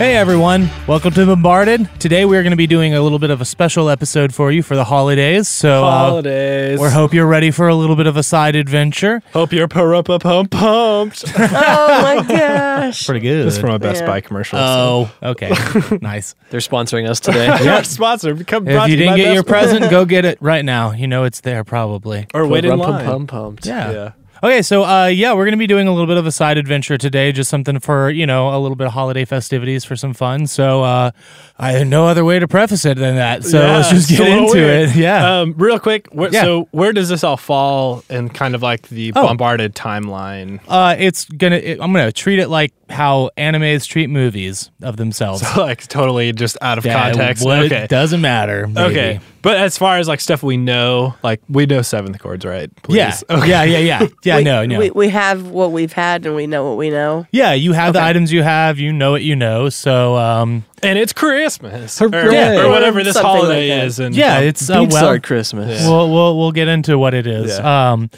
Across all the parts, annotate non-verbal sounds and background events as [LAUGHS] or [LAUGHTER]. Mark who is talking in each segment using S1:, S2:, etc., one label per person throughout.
S1: Hey everyone, welcome to Bombarded. Today we are going to be doing a little bit of a special episode for you for the holidays. So uh,
S2: Holidays.
S1: we hope you're ready for a little bit of a side adventure.
S2: hope you're pump pump [LAUGHS] pumped.
S3: [LAUGHS] Oh my gosh.
S1: Pretty good.
S2: That's from a Best
S3: Yeah.
S2: Buy commercial.
S1: oh, okay, nice.
S4: They're sponsoring
S1: [LAUGHS]
S4: us today.
S2: so. [LAUGHS] You're our sponsor. Become
S1: If you didn't get your present, go get it right now. You know it's there probably.
S2: or wait in
S4: Rum
S2: line.
S4: Pum pum pumped.
S1: Yeah.
S2: Yeah.
S1: Okay, so uh, yeah, we're gonna be doing a little bit of a side adventure today, just something for you know a little bit of holiday festivities for some fun. So uh, I had no other way to preface it than that. So
S2: Yeah,
S1: let's just
S2: it's
S1: get
S2: a little
S1: into
S2: weird.
S1: it. [LAUGHS] Yeah.
S2: Um, real quick. Where,
S1: Yeah.
S2: So where does this all fall in kind of like the
S1: Oh.
S2: bombarded timeline? [LAUGHS]
S1: Uh, it's gonna. It, I'm gonna treat it like how animes treat movies of themselves.
S2: like totally just out of
S1: Yeah,
S2: context.
S1: what-
S2: okay.
S1: doesn't matter. maybe.
S2: Okay. But as far as like stuff we know, like we know seventh chords, right? Please.
S1: Yeah.
S2: [LAUGHS] Okay.
S1: Yeah. Yeah. Yeah. Yeah.
S3: we,
S1: no. No.
S3: We, we have what we've had and we know what we know.
S1: yeah. You have the items you have. You know what you know. So um,
S2: And it's Christmas. Or,
S4: Hooray.
S2: or whatever this
S3: Something like
S2: holiday
S3: that.
S2: is. And
S1: yeah, it's uh,
S4: Beats
S1: well.
S4: are Christmas.
S1: We'll, we'll we'll get into what it is. Um,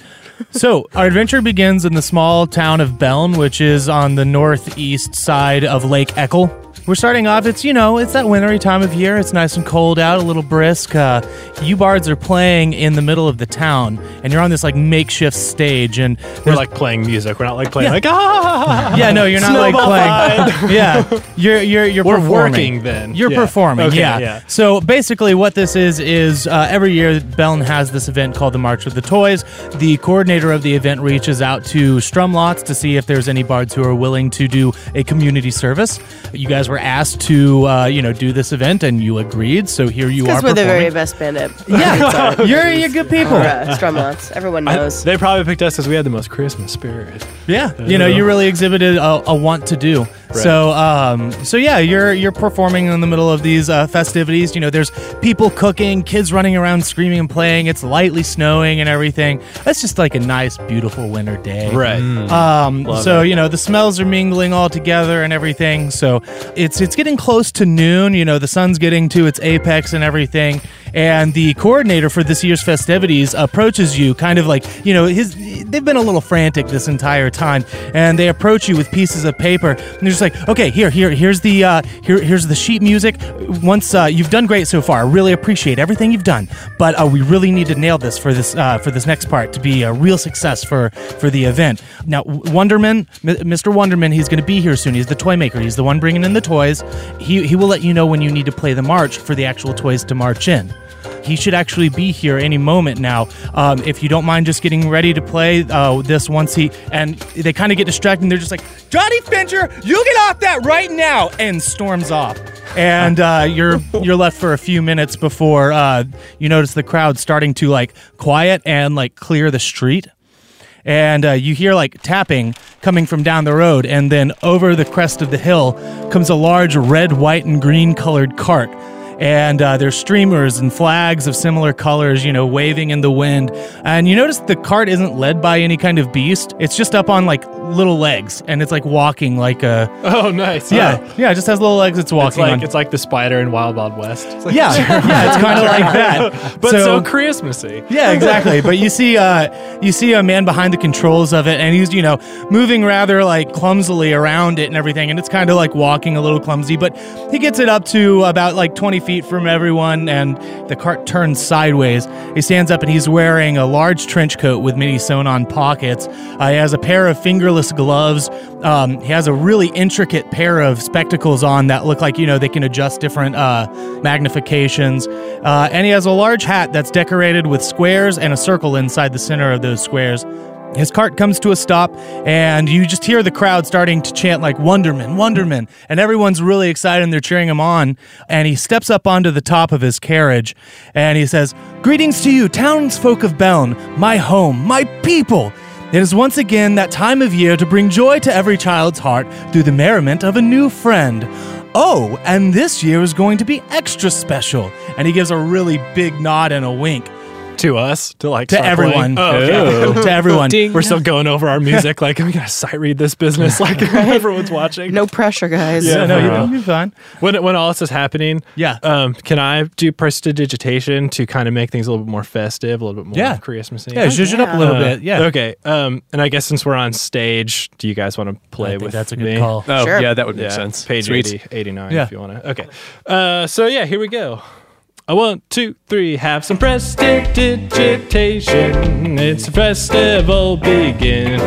S1: so our adventure begins in the small town of Beln, which is on the northeast side of Lake Eckel. We're starting off. It's you know it's that wintry time of year. It's nice and cold out, a little brisk. Uh, you bards are playing in the middle of the town, and you're on this like makeshift stage, and
S2: we're
S1: there's
S2: like playing music. We're not like playing
S1: Yeah.
S2: like ah.
S1: yeah, no, you're not like
S2: Snowball
S1: playing. [LAUGHS] yeah, you're you're you're
S2: We're
S1: performing.
S2: working then.
S1: You're
S2: Yeah.
S1: performing.
S2: Okay,
S1: yeah.
S2: yeah.
S1: So basically, what this is is uh, every year Beln has this event called the March of the Toys. The coordinator of the event reaches out to Strumlots to see if there's any bards who are willing to do a community service. You guys were asked to uh, you know do this event, and you agreed. So here you are.
S3: Because we're the very
S1: performing.
S3: best band
S1: [LAUGHS]
S3: at
S1: yeah, you're you're good people.
S3: or, uh, Strumlots. Everyone
S2: I-
S3: knows.
S2: they probably picked us because we had the most Christmas spirit.
S1: Yeah, you know, you really exhibited a, a want to do. So, um, so yeah, you're you're performing in the middle of these uh, festivities. You know, there's people cooking, kids running around screaming and playing. It's lightly snowing and everything. That's just like a nice, beautiful winter day. Um, so you know the smells are mingling all together and everything. So it's it's getting close to noon. You know the sun's getting to its apex and everything. And the coordinator for this year's festivities approaches you, kind of like you know his. They've been a little frantic this entire time, and they approach you with pieces of paper. And they're just like, okay, here, here, here's the uh, here, here's the sheet music. Once uh, you've done great so far, I really appreciate everything you've done, but uh, we really need to nail this for this uh, for this next part to be a real success for for the event. Now, Wonderman, M- Mr. Wonderman, he's going to be here soon. He's the toy maker. He's the one bringing in the toys. He he will let you know when you need to play the march for the actual toys to march in. He should actually be here any moment now. Um, if you don't mind just getting ready to play uh, this once he. And they kind of get distracted and they're just like, Johnny Fincher, you get off that right now! And storms off. And uh, you're [LAUGHS] you're left for a few minutes before uh, you notice the crowd starting to like quiet and like clear the street and uh, you hear like tapping coming from down the road and then over the crest of the hill comes a large red white and green colored cart and uh, there's streamers and flags of similar colors you know waving in the wind and you notice the cart isn't led by any kind of beast it's just up on like little legs and it's like walking like a
S2: [LAUGHS] Oh, nice.
S1: yeah
S2: Oh.
S1: yeah it just has little legs it's walking
S2: It's like
S1: on
S2: it's like the spider in Wild Wild West. It's
S1: [LAUGHS]
S2: like-
S1: yeah yeah it's kind of like that
S2: [LAUGHS] but so, Christmassy.
S1: [LAUGHS] Yeah, exactly. but you see, uh, you see a man behind the controls of it, and he's you know moving rather like clumsily around it and everything, and it's kind of like walking a little clumsy. But he gets it up to about like 20 feet from everyone, and the cart turns sideways. He stands up, and he's wearing a large trench coat with many sewn-on pockets. Uh, he has a pair of fingerless gloves. Um, he has a really intricate pair of spectacles on that look like you know they can adjust different uh, magnifications. Uh, and he has a large hat that's decorated with squares and a circle inside the center of those squares. His cart comes to a stop, and you just hear the crowd starting to chant like "Wonderman, Wonderman," and everyone's really excited and they're cheering him on. And he steps up onto the top of his carriage, and he says, "Greetings to you, townsfolk of Beln, my home, my people." It is once again that time of year to bring joy to every child's heart through the merriment of a new friend. Oh, and this year is going to be extra special. And he gives a really big nod and a wink.
S2: to us to like
S1: to
S2: start
S1: everyone.
S2: playing. [LAUGHS] Oh, okay.
S1: to [LAUGHS] everyone.
S2: We're still going over our music. Like I'm gonna sight read this business. Like [LAUGHS] everyone's watching.
S3: No pressure, guys.
S1: Yeah, no,
S2: Uh-huh.
S1: you- you'll be fine.
S2: When when all this is happening,
S1: Yeah.
S2: Um, can I do prestidigitation to kind of make things a little bit more festive, a little bit more
S1: Yeah.
S2: Christmassy?
S1: Yeah, zhuzh it up a
S3: yeah.
S1: little
S2: Uh,
S1: bit. Yeah.
S2: Okay. Um, and I guess since we're on stage, do you guys want to
S1: I
S2: play
S1: think
S2: with
S1: that's a good
S2: me?
S1: call.
S4: Oh,
S3: Sure.
S4: yeah, that would make
S2: Yeah,
S4: sense.
S2: Page
S4: Sweet.
S2: 80, 89
S1: Yeah.
S2: if you want to. Okay. Uh, so, yeah, here we go. A one, two, three, have some prestidigitation. It's a festival begin.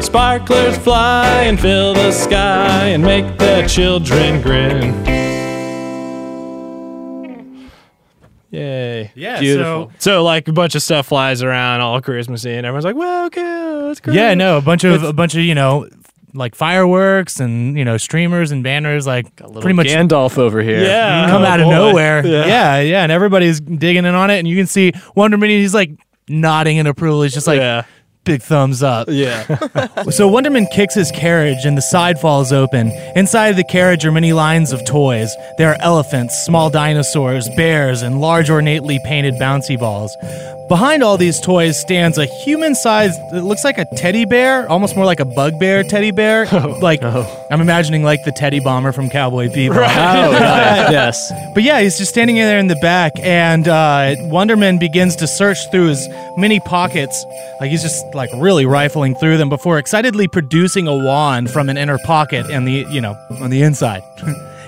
S2: Sparklers fly and fill the sky and make the children grin. Yay.
S1: Yeah,
S2: Beautiful. So, like a bunch of stuff flies around all Christmassy and everyone's like, well, okay, that's great.
S1: Yeah, no, a bunch of a bunch of you know, like fireworks and you know streamers and banners, like pretty much
S4: Gandalf over here.
S2: Yeah.
S1: come
S2: Oh,
S1: out of
S2: boy.
S1: nowhere.
S2: Yeah.
S1: Yeah. yeah, and everybody's digging in on it, and you can see Wonder Mini. He's like nodding in approval. He's just like
S2: Yeah.
S1: big thumbs up.
S2: Yeah.
S1: So Wonderman kicks his carriage and the side falls open. Inside the carriage are many lines of toys. There are elephants, small dinosaurs, bears, and large ornately painted bouncy balls. Behind all these toys stands a human-sized it looks like a teddy bear, almost more like a bugbear teddy bear. like I'm imagining like the teddy bomber from Cowboy Bebop.
S4: Oh, nice. yes.
S1: But yeah, [LAUGHS] he's just standing in there in the back, and uh, Wonderman begins to search through his many pockets. Like he's just like really rifling through them before excitedly producing a wand from an inner pocket and the you know on the inside. [LAUGHS]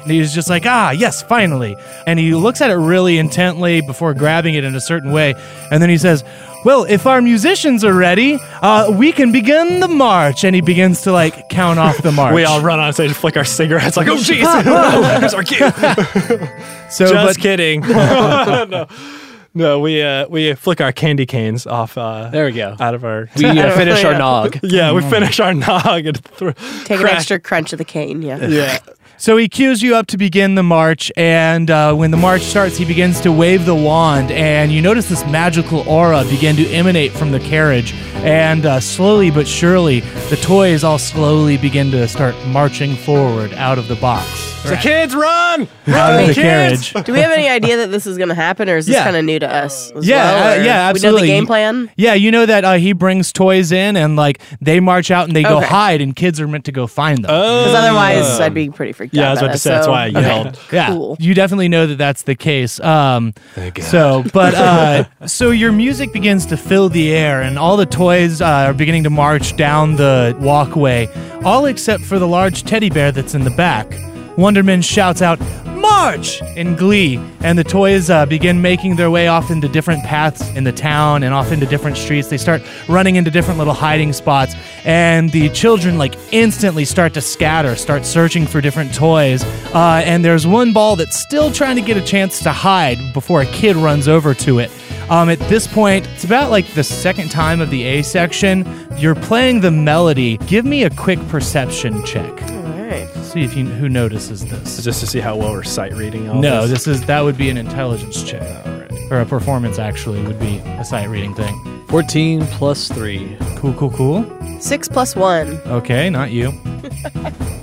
S1: and he's just like, ah, yes, finally. And he looks at it really intently before grabbing it in a certain way, and then he says. Well, if our musicians are ready, uh, we can begin the march. And he begins to like count off the march.
S2: We all run on stage, flick our cigarettes, like, oh, jeez, here's our cue. [LAUGHS] Just
S1: so, but-
S2: [LAUGHS] kidding. no, no, we uh, we flick our candy canes off. Uh,
S4: There we go.
S2: Out of our
S4: We uh, finish our
S3: Yeah.
S4: nog.
S2: yeah, we finish our nog and throw
S3: Take
S2: crack.
S3: an extra crunch of the cane. Yeah.
S2: Yeah,
S1: So he cues you up to begin the march, and uh, when the march starts, he begins to wave the wand, and you notice this magical aura begin to emanate from the carriage. And uh, slowly but surely, the toys all slowly begin to start marching forward out of the box,
S2: the kids run.
S1: out of the
S3: Kids!
S1: carriage.
S3: Do we have any idea that this is going to happen, or is this
S1: Yeah.
S3: kind of new to us? as
S1: Yeah,
S3: well,
S1: uh, yeah,
S3: or- We
S1: absolutely.
S3: know the game plan.
S1: Yeah, you know that uh, he brings toys in, and like they march out and they go
S3: Okay.
S1: hide, and kids are meant to go find them.
S3: Because otherwise, I'd be pretty freaked
S2: yeah, I
S3: out.
S2: was about
S3: about
S2: to
S3: it,
S2: say, that's
S3: so-
S2: why I
S3: Okay.
S2: yelled.
S1: Yeah,
S3: Cool.
S1: you definitely know that that's the case. Um, so, but uh, [LAUGHS] so your music begins to fill the air, and all the toys uh, are beginning to march down the walkway, all except for the large teddy bear that's in the back. Wonderman shouts out, "March!" in glee, and the toys uh, begin making their way off into different paths in the town and off into different streets. They start running into different little hiding spots, and the children like instantly start to scatter, start searching for different toys. Uh, and there's one ball that's still trying to get a chance to hide before a kid runs over to it. Um, at this point, it's about like the second time of the A section. You're playing the melody. Give me a quick perception check.
S3: All right.
S1: See if you who notices this.
S2: Just to see how well we're sight reading. All
S1: No,
S2: this.
S1: this is that would be an intelligence check, or a performance actually would be a sight reading thing.
S4: 14 plus 3.
S1: Cool, cool, cool.
S3: Six plus one.
S1: Okay, not you.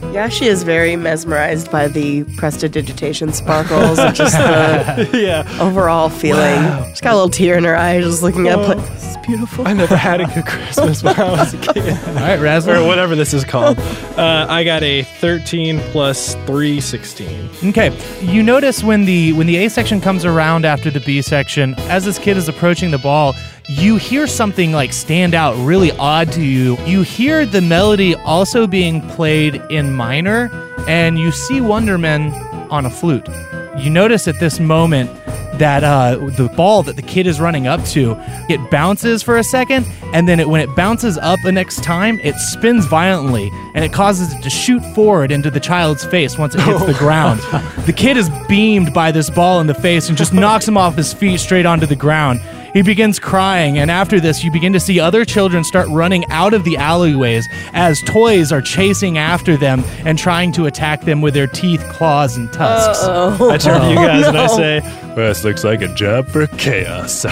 S3: Yashi is very mesmerized by the prestidigitation sparkles and just the
S1: [LAUGHS]
S2: yeah,
S3: overall feeling. She's got a little tear in her eye just looking up. Like, this is beautiful.
S2: I never had a good Christmas when I was a kid,
S1: All right,
S2: or
S1: Razzler.
S2: whatever this is called. Uh, I got a thirteen plus three, sixteen.
S1: Okay, you notice when the when the A section comes around after the B section, as this kid is approaching the ball, you hear something like stand out really odd to you. You hear the melody also being played in minor, and you see Wonderman on a flute. You notice at this moment that uh, the ball that the kid is running up to, it bounces for a second, and then it, when it bounces up the next time, it spins violently, and it causes it to shoot forward into the child's face once it hits the ground. The kid is beamed by this ball in the face and just knocks him off his feet straight onto the ground. He begins crying, and after this, you begin to see other children start running out of the alleyways as toys are chasing after them and trying to attack them with their teeth, claws, and tusks.
S2: I turn
S1: Oh,
S2: to you guys and I
S3: no.
S2: say, "This looks like a job for chaos."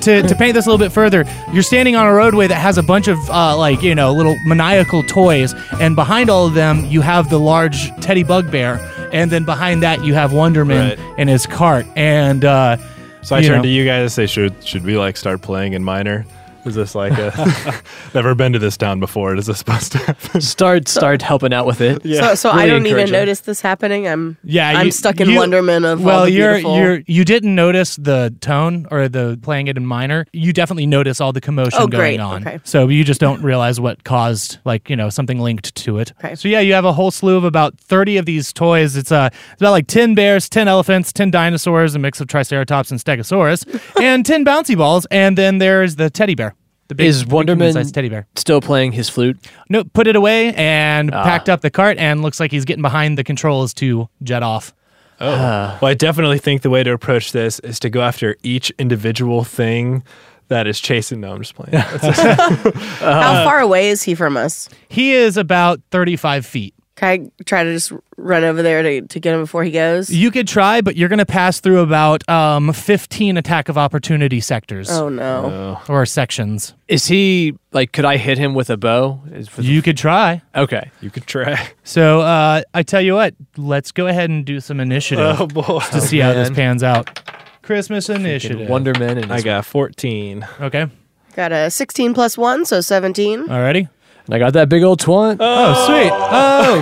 S1: to, to paint this a little bit further, you're standing on a roadway that has a bunch of uh, like you know little maniacal toys, and behind all of them you have the large teddy bugbear, and then behind that you have Wonderman
S2: Right.
S1: and his cart, and uh,
S2: So I
S1: [LAUGHS] You
S2: turned
S1: know.
S2: to you guys. and say, should should we like start playing in minor? Is this like a [LAUGHS] never been to this town before? Is this supposed to happen?
S4: Start start helping out with it. Yeah.
S3: so so I
S4: Really
S3: don't even
S4: encouraging.
S3: notice this happening. I'm
S1: Yeah,
S3: I'm
S1: you-
S3: stuck in
S1: you-
S3: wonderment of
S1: Well,
S3: all the
S1: you're
S3: beautiful.
S1: you're you didn't notice the tone or the playing it in minor. You definitely notice all the commotion
S3: Oh,
S1: going
S3: great.
S1: on.
S3: Okay.
S1: So you just don't realize what caused like, you know, something linked to it.
S3: Okay.
S1: So yeah, you have a whole slew of about 30 of these toys. It's uh it's about like 10 bears, 10 elephants, 10 dinosaurs, a mix of triceratops and
S3: [LAUGHS]
S1: stegosaurus, and 10 bouncy balls, and then there's the teddy bear. The big
S4: Is
S1: big
S4: Wonderman-
S1: human-sized teddy bear?
S4: Still playing his flute.
S1: No, put it away and
S4: Ah.
S1: packed up the cart and looks like he's getting behind the controls to jet off.
S2: Oh.
S1: Uh.
S2: Well, I definitely think the way to approach this is to go after each individual thing that is chasing. No, I'm just
S1: [LAUGHS]
S2: playing.
S1: uh,
S3: How far away is he from us?
S1: He is about 35 feet.
S3: Can I try to just run over there to, to get him before he goes?
S1: You could try, but you're going to pass through about um, 15 attack of opportunity sectors
S3: oh no.
S1: or sections.
S4: Is he like? Could I hit him with a bow? Is-
S1: You could try.
S4: okay.
S2: you could try.
S1: So uh, I tell you what, let's go ahead and do some initiative
S2: Oh
S1: [LAUGHS]
S2: boy,
S1: to see how this
S4: man.
S1: pans out. Christmas initiative.
S4: Wonderman and
S2: I
S4: his,
S2: got 14.
S1: Okay.
S3: Got a 16 plus 1, so 17.
S1: Alrighty.
S4: and I got that big old twant.
S1: Oh, sweet. Oh,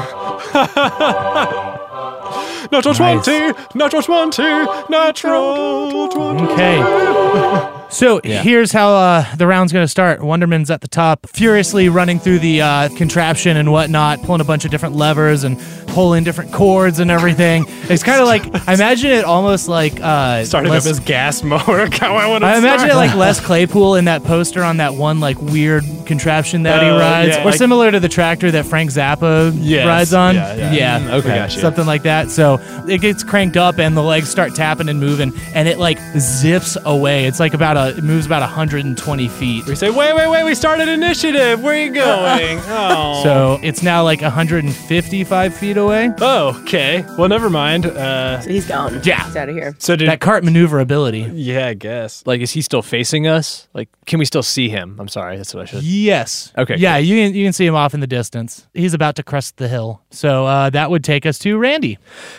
S2: Natural
S1: Nice.
S2: 20, natural 20, natural 20. [LAUGHS]
S1: okay. So here's how uh, the round's going to start. Wonderman's at the top, furiously running through the uh, contraption and whatnot, pulling a bunch of different levers and pulling different cords and everything. It's kind of
S2: [LAUGHS]
S1: like I imagine it almost like uh,
S2: Starting
S1: Les-
S2: up his gas [LAUGHS] mower. How I want to
S1: I imagine it like Les Claypool in that poster on that one like weird contraption that he
S2: Oh,
S1: rides,
S2: yeah,
S1: or
S2: like-
S1: similar to the tractor that Frank Zappa
S2: Yes,
S1: rides on.
S2: yeah, yeah. Mm, I
S1: okay,
S2: gotcha.
S1: something like that. So it gets cranked up and the legs start tapping and moving, and it like zips away. It's like about a it moves about 120 feet.
S2: We say, wait, wait, wait, we started initiative. Where are
S1: [LAUGHS]
S2: you going? oh.
S1: So it's now like 155 feet away.
S2: oh, okay. Well, never mind. Uh,
S3: So he's gone.
S1: Yeah.
S3: He's out of here.
S2: so did.
S1: That cart maneuverability.
S2: yeah, I guess.
S4: like, is he still facing us? Like, can we still see him? I'm sorry. That's what I should.
S1: Yes.
S4: Okay,
S1: Yeah, you can you can see him off in the distance. He's about to crest the hill. So uh, that would take us to Randy.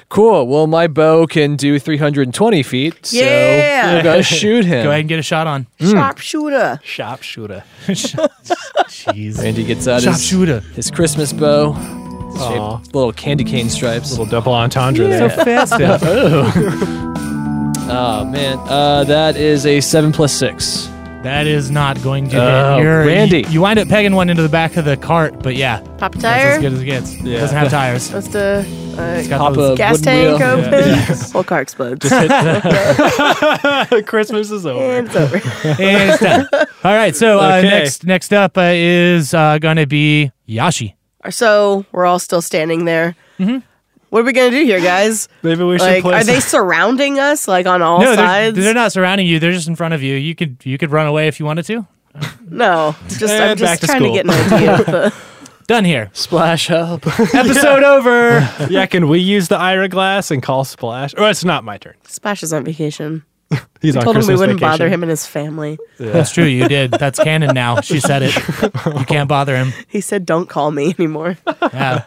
S4: Cool. Well, my bow can do 320 feet. So
S3: Yeah. [LAUGHS]
S4: we're gonna shoot him.
S1: Go ahead and get a shot on. [LAUGHS]
S3: Sharpshooter.
S2: Sharpshooter.
S1: Jeez.
S4: Randy gets out his,
S1: Sharpshooter.
S4: his Christmas bow. It's shaped
S2: Aw.
S4: with little candy cane stripes.
S2: Little double entendre
S1: So
S2: there.
S1: festive.
S4: Oh man, uh, that is a seven plus six.
S1: that is not going to
S4: Oh,
S1: hit. You're,
S4: Randy.
S1: You, you wind up pegging one into the back of the cart, but yeah,
S3: Pop
S1: that's
S3: a
S1: as
S3: tire.
S1: good as it gets. Doesn't have
S2: [LAUGHS]
S1: tires.
S3: What's the uh,
S1: Got
S4: Pop
S1: those-
S4: a
S3: gas
S4: wooden
S3: tank
S4: wheel.
S3: open?
S1: [LAUGHS]
S3: Whole car explodes.
S2: [LAUGHS] Christmas is over.
S3: and
S1: [LAUGHS]
S3: it's over.
S1: and it's
S2: [LAUGHS]
S1: done. All right, so uh,
S2: Okay.
S1: next next up uh, is uh, going to be Yashi.
S3: So we're all still standing there.
S1: Mm-hmm.
S3: What are we going to do here, guys?
S2: Maybe we should
S3: Like,
S2: play
S3: are they surrounding us, like on all
S1: no, they're,
S3: sides?
S1: they're not surrounding you. They're just in front of you. You could you could run away if you wanted to.
S3: No, just
S2: Eh,
S3: I'm
S2: back
S3: just
S2: to
S3: trying to,
S2: school.
S3: get an idea.
S1: [LAUGHS]
S3: Of the,
S1: Done here.
S4: [LAUGHS] Splash up.
S2: [LAUGHS]
S1: Episode over.
S2: yeah, can we use the Ira glass and call Splash? Or it's not my turn.
S3: Splash is on vacation.
S2: He's on
S3: Told him
S2: Christmas
S3: we wouldn't
S2: vacation.
S3: bother him and his family.
S1: That's true. You did. That's canon now. She said it.
S2: [LAUGHS]
S1: You can't bother him.
S3: He said, "Don't call me [LAUGHS] anymore."
S1: Yeah.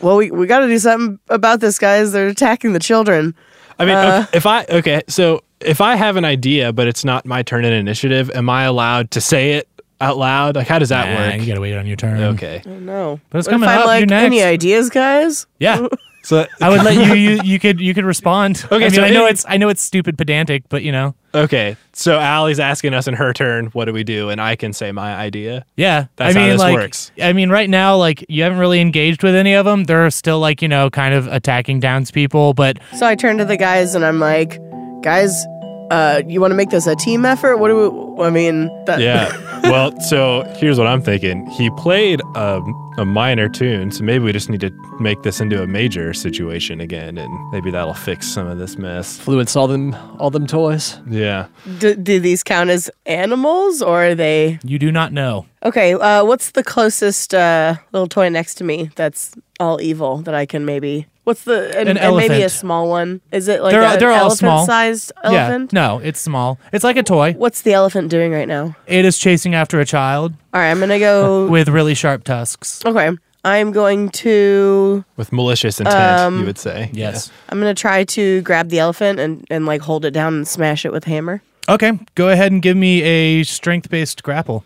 S3: well, we we got to do something about this, guys. They're attacking the children.
S2: I mean,
S3: Uh.
S2: if, if I okay, so if I have an idea, but it's not my turn in initiative, am I allowed to say it out loud? Like, how does that
S1: Nah,
S2: work?
S1: you gotta wait on your turn.
S2: Okay,
S3: No,
S1: But it's
S3: What if
S1: coming
S3: I'm
S1: up,
S3: Like,
S1: you're next.
S3: Any ideas, guys?
S1: Yeah.
S2: so
S1: I would let you, you. You could. You could respond. Okay. I, mean,
S2: so
S1: I know
S2: it-
S1: it's. I know it's stupid, pedantic, but you know.
S2: okay, so Allie's asking us in her turn, what do we do? And I can say my idea.
S1: Yeah.
S2: That's
S1: I
S2: how
S1: mean,
S2: this
S1: like.
S2: works.
S1: I mean, right now, like you haven't really engaged with any of them. They're still like you know, kind of attacking townspeople. But
S3: So I turn to the guys and I'm like, "Guys, uh, you want to make this a team effort? What do we? I mean, that,
S2: Yeah. [LAUGHS] well, so here's what I'm thinking. He played a, a minor tune, so maybe we just need to make this into a major situation again, and maybe that'll fix some of this mess.
S4: Fluence all them all them toys.
S2: Yeah.
S3: do, do these count as animals or are they?
S1: you do not know.
S3: Okay, uh, what's the closest uh, little toy next to me that's all evil that I can maybe? What's the and,
S1: An
S3: and maybe a
S1: elephant.
S3: small one? Is it like
S1: They're-
S3: a
S1: they're all
S3: elephant
S1: small.
S3: sized elephant?
S1: Yeah. No, it's small. It's like a toy.
S3: What's the elephant doing right now?
S1: It is chasing after a child [LAUGHS]
S3: All right, I'm gonna go.
S1: with really sharp tusks.
S3: Okay, I'm going to
S2: With malicious intent,
S3: Um,
S2: you would say.
S1: Yes.
S3: I'm gonna try to grab the elephant and, and like hold it down and smash it with hammer.
S1: Okay, go ahead and give me a strength based grapple.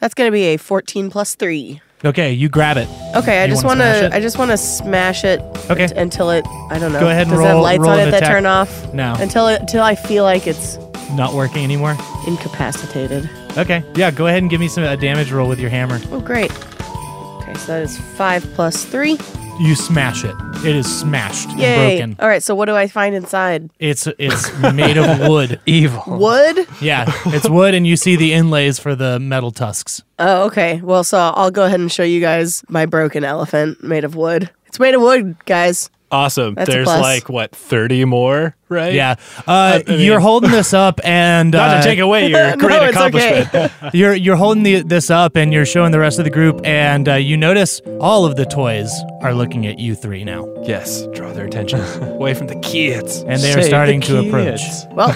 S3: That's gonna be a 14 plus three.
S1: Okay, you grab it.
S3: Okay, I
S1: You
S3: just
S1: wanna
S3: want
S1: smash
S3: to.
S1: it?
S3: I just want to smash it.
S1: Okay.
S3: unt- Until it. I don't know.
S1: Go ahead and
S3: Does it have
S1: roll-
S3: lights
S1: roll
S3: on
S1: an
S3: it that
S1: attack.
S3: turn off?
S1: No.
S3: Until it, until I feel like it's
S1: Not working anymore.
S3: incapacitated.
S1: Okay, yeah, go ahead and give me some a damage roll with your hammer.
S3: Oh, great. Okay, so that is five plus three.
S1: You smash it. It is smashed
S3: Yay!
S1: and broken.
S3: All right, so what do I find inside?
S1: It's it's made of
S2: [LAUGHS]
S1: wood.
S4: Evil.
S3: Wood.
S1: Yeah, it's wood, and you see the inlays for the metal tusks.
S3: Oh, okay. Well, so I'll go ahead and show you guys my broken elephant made of wood. It's made of wood, guys.
S2: Awesome.
S3: That's a
S2: There's
S3: plus.
S2: like what thirty more, right?
S1: Yeah, uh,
S2: I mean-
S1: you're holding this up, and uh,
S2: Not to take away your
S3: [LAUGHS] No,
S2: great
S3: it's
S2: accomplishment.
S1: [LAUGHS]
S3: okay.
S1: you're you're holding the, this up, and you're showing the rest of the group, and uh, you notice all of the toys are looking at you three now,
S2: Yes. Draw their attention [LAUGHS] away from the kids.
S1: and they are starting to approach.
S3: well,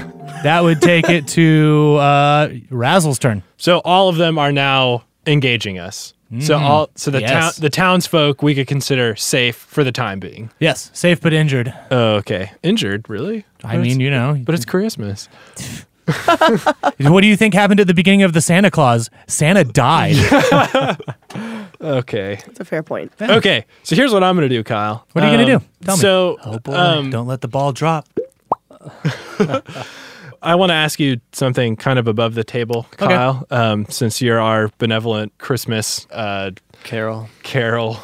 S3: [LAUGHS]
S1: That would take it to uh, Razzle's turn.
S2: So all of them are now engaging us. So all so
S1: Mm.
S2: the
S1: Yes.
S2: town the townsfolk we could consider safe for the time being.
S1: Yes, safe but injured.
S2: Oh, okay. Injured, really?
S1: I
S2: But
S1: mean,
S2: it's-
S1: you know,
S2: but it's Christmas.
S1: what do you think happened at the beginning of the Santa Claus? Santa died.
S2: Okay.
S3: that's a fair
S1: [LAUGHS]
S3: point.
S2: [LAUGHS] Okay. So here's what I'm gonna do, Kyle.
S1: What are you gonna
S2: Um,
S1: do? Tell me.
S2: So
S1: Oh boy!
S2: um,
S1: Don't let the ball drop.
S2: I want to ask you something kind of above the table,
S1: Okay.
S2: Kyle. Um, since you're our benevolent Christmas uh,
S4: Carol.
S3: [LAUGHS]
S2: Carol.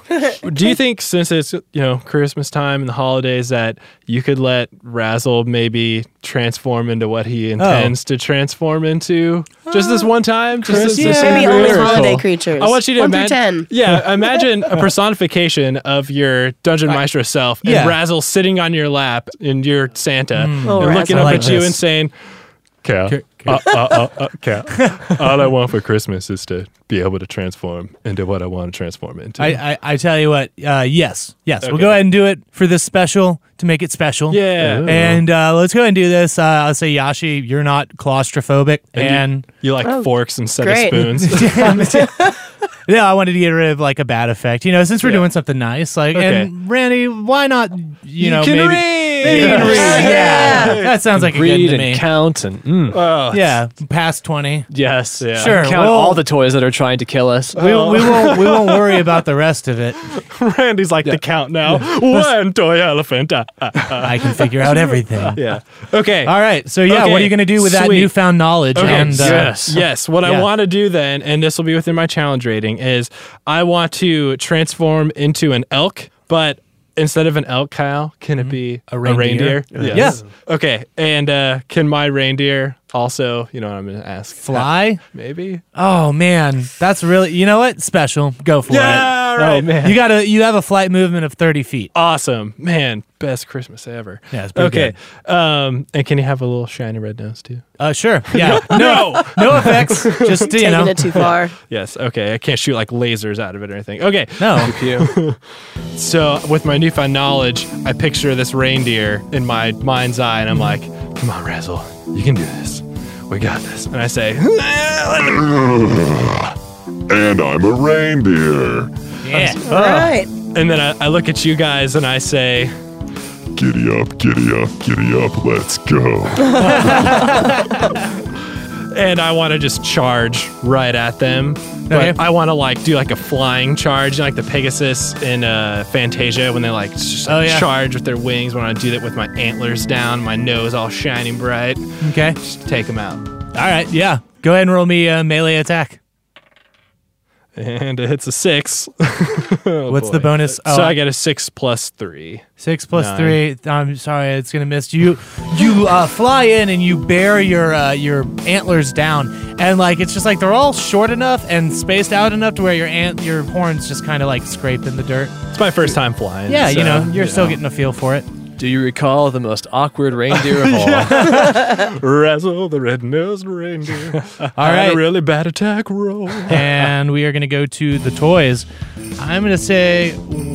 S2: Do you think since it's you know Christmas time and the holidays that you could let Razzle maybe transform into what he
S1: Oh.
S2: intends to transform into? Just
S3: Uh,
S2: this one time? Just
S1: Chris-
S2: this- this
S1: Yeah,
S3: Maybe
S2: one
S3: only
S2: miracle?
S3: holiday creatures.
S2: I want you to
S3: one
S2: imagine.
S3: through ten.
S2: Yeah,
S3: [LAUGHS]
S2: imagine a personification of your dungeon maestro self and
S1: yeah. Mm.
S2: Razzle sitting on your lap and you're Santa
S3: Oh,
S2: and
S3: Razzle.
S2: looking
S3: I
S2: up
S1: like
S2: at you
S1: this.
S2: and saying, "Cal, uh, uh, uh, uh, Cal, [LAUGHS] all I want for Christmas is to be able to transform into what I want to transform into."
S1: I, I, I tell you what, uh, yes, yes. We'll
S2: Okay.
S1: go ahead and do it for this special to make it special.
S2: Yeah. Ooh.
S1: And uh, let's go ahead and do this. Uh, I'll say, Yashi, you're not claustrophobic. And,
S2: You like forks instead [LAUGHS]
S3: great.
S2: of spoons.
S1: [LAUGHS] yeah, I wanted to get rid of like a bad effect, you know, since we're
S2: Yeah.
S1: doing something nice. Like, and Randy, why not, you, know,
S2: can
S1: maybe.
S2: read!
S1: maybe you can
S2: Yeah.
S1: read.
S3: Yeah.
S1: Yeah. That sounds like a good
S4: Read
S1: to
S4: and
S1: me.
S4: count and mm.
S1: yeah. Past 20.
S2: yes. Yeah.
S1: Sure.
S4: count
S1: we'll-
S4: all the toys that are trying to kill us.
S1: We, we, won't, we
S2: [LAUGHS]
S1: won't worry about the rest of it.
S2: [LAUGHS] Randy's like the count now. [LAUGHS] One toy elephant. Ah, ah.
S1: I can figure
S2: [LAUGHS]
S1: out everything.
S2: yeah. Okay.
S1: All right. So, yeah, what are
S2: Okay,
S1: you going to do with that
S2: sweet.
S1: newfound knowledge?
S2: Okay,
S1: And, uh,
S2: yes. Yes. What
S1: yeah.
S2: I want to do then, and this will be within my challenge rating, is I want to transform into an elk, but instead of an elk, Kyle, can it be
S1: Mm-hmm. A reindeer?
S2: reindeer?
S1: Yeah.
S2: Okay. And uh, can my reindeer also, you know what I'm going to ask?
S1: Fly?
S2: Maybe?
S1: Oh man, that's really you know what special. Go for
S2: Yeah,
S1: it.
S2: right. Oh, man.
S1: you gotta you have a flight movement of thirty feet.
S2: Awesome. Man, best Christmas ever.
S1: Yeah, it's pretty
S2: okay. Um, and can you have a little shiny red nose too?
S1: Uh,
S2: [LAUGHS]
S1: sure. Yeah. no,
S2: No.
S1: no effects. Just you
S3: Taking
S1: know.
S3: it too far.
S2: yes. Okay. I can't shoot like lasers out of it or anything. Okay.
S1: [LAUGHS] No. [LAUGHS]
S2: So, with my newfound knowledge, I picture this reindeer in my mind's eye, and I'm like, come on, Razzle, you can do this. We got this. And I say, [LAUGHS]
S5: And I'm a reindeer.
S1: Yeah.
S3: All right.
S2: and then I, I look at you guys and I say,
S5: Giddy up, giddy up, giddy up, let's go.
S2: and I want to just charge right at them. But
S1: Okay.
S2: I want to like do like a flying charge, like the Pegasus in uh, Fantasia when they like, just, like,
S1: Oh, yeah.
S2: charge with their wings. When I do that with my antlers down, my nose all shining bright,
S1: Okay.
S2: just take them out.
S1: All right. Yeah. Go ahead and roll me a melee attack.
S2: And it hits a six. [LAUGHS] Oh,
S1: What's the
S2: boy.
S1: bonus?
S2: So I get a six plus three.
S1: six plus three. I'm sorry, it's gonna miss you. You uh, fly in and you bear your uh, your antlers down, and like it's just like they're all short enough and spaced out enough to where your ant your horns just kind of like scrape in the dirt.
S2: It's my first time flying.
S1: Yeah, you
S2: so,
S1: know, you're still getting a feel for it.
S4: Do you recall the most awkward
S1: [LAUGHS]
S4: reindeer of all?
S2: Razzle the red
S1: [LAUGHS]
S2: nosed reindeer.
S1: All
S2: Had
S1: right.
S2: a really bad attack roll.
S1: and we are going to go to the toys. I'm going to say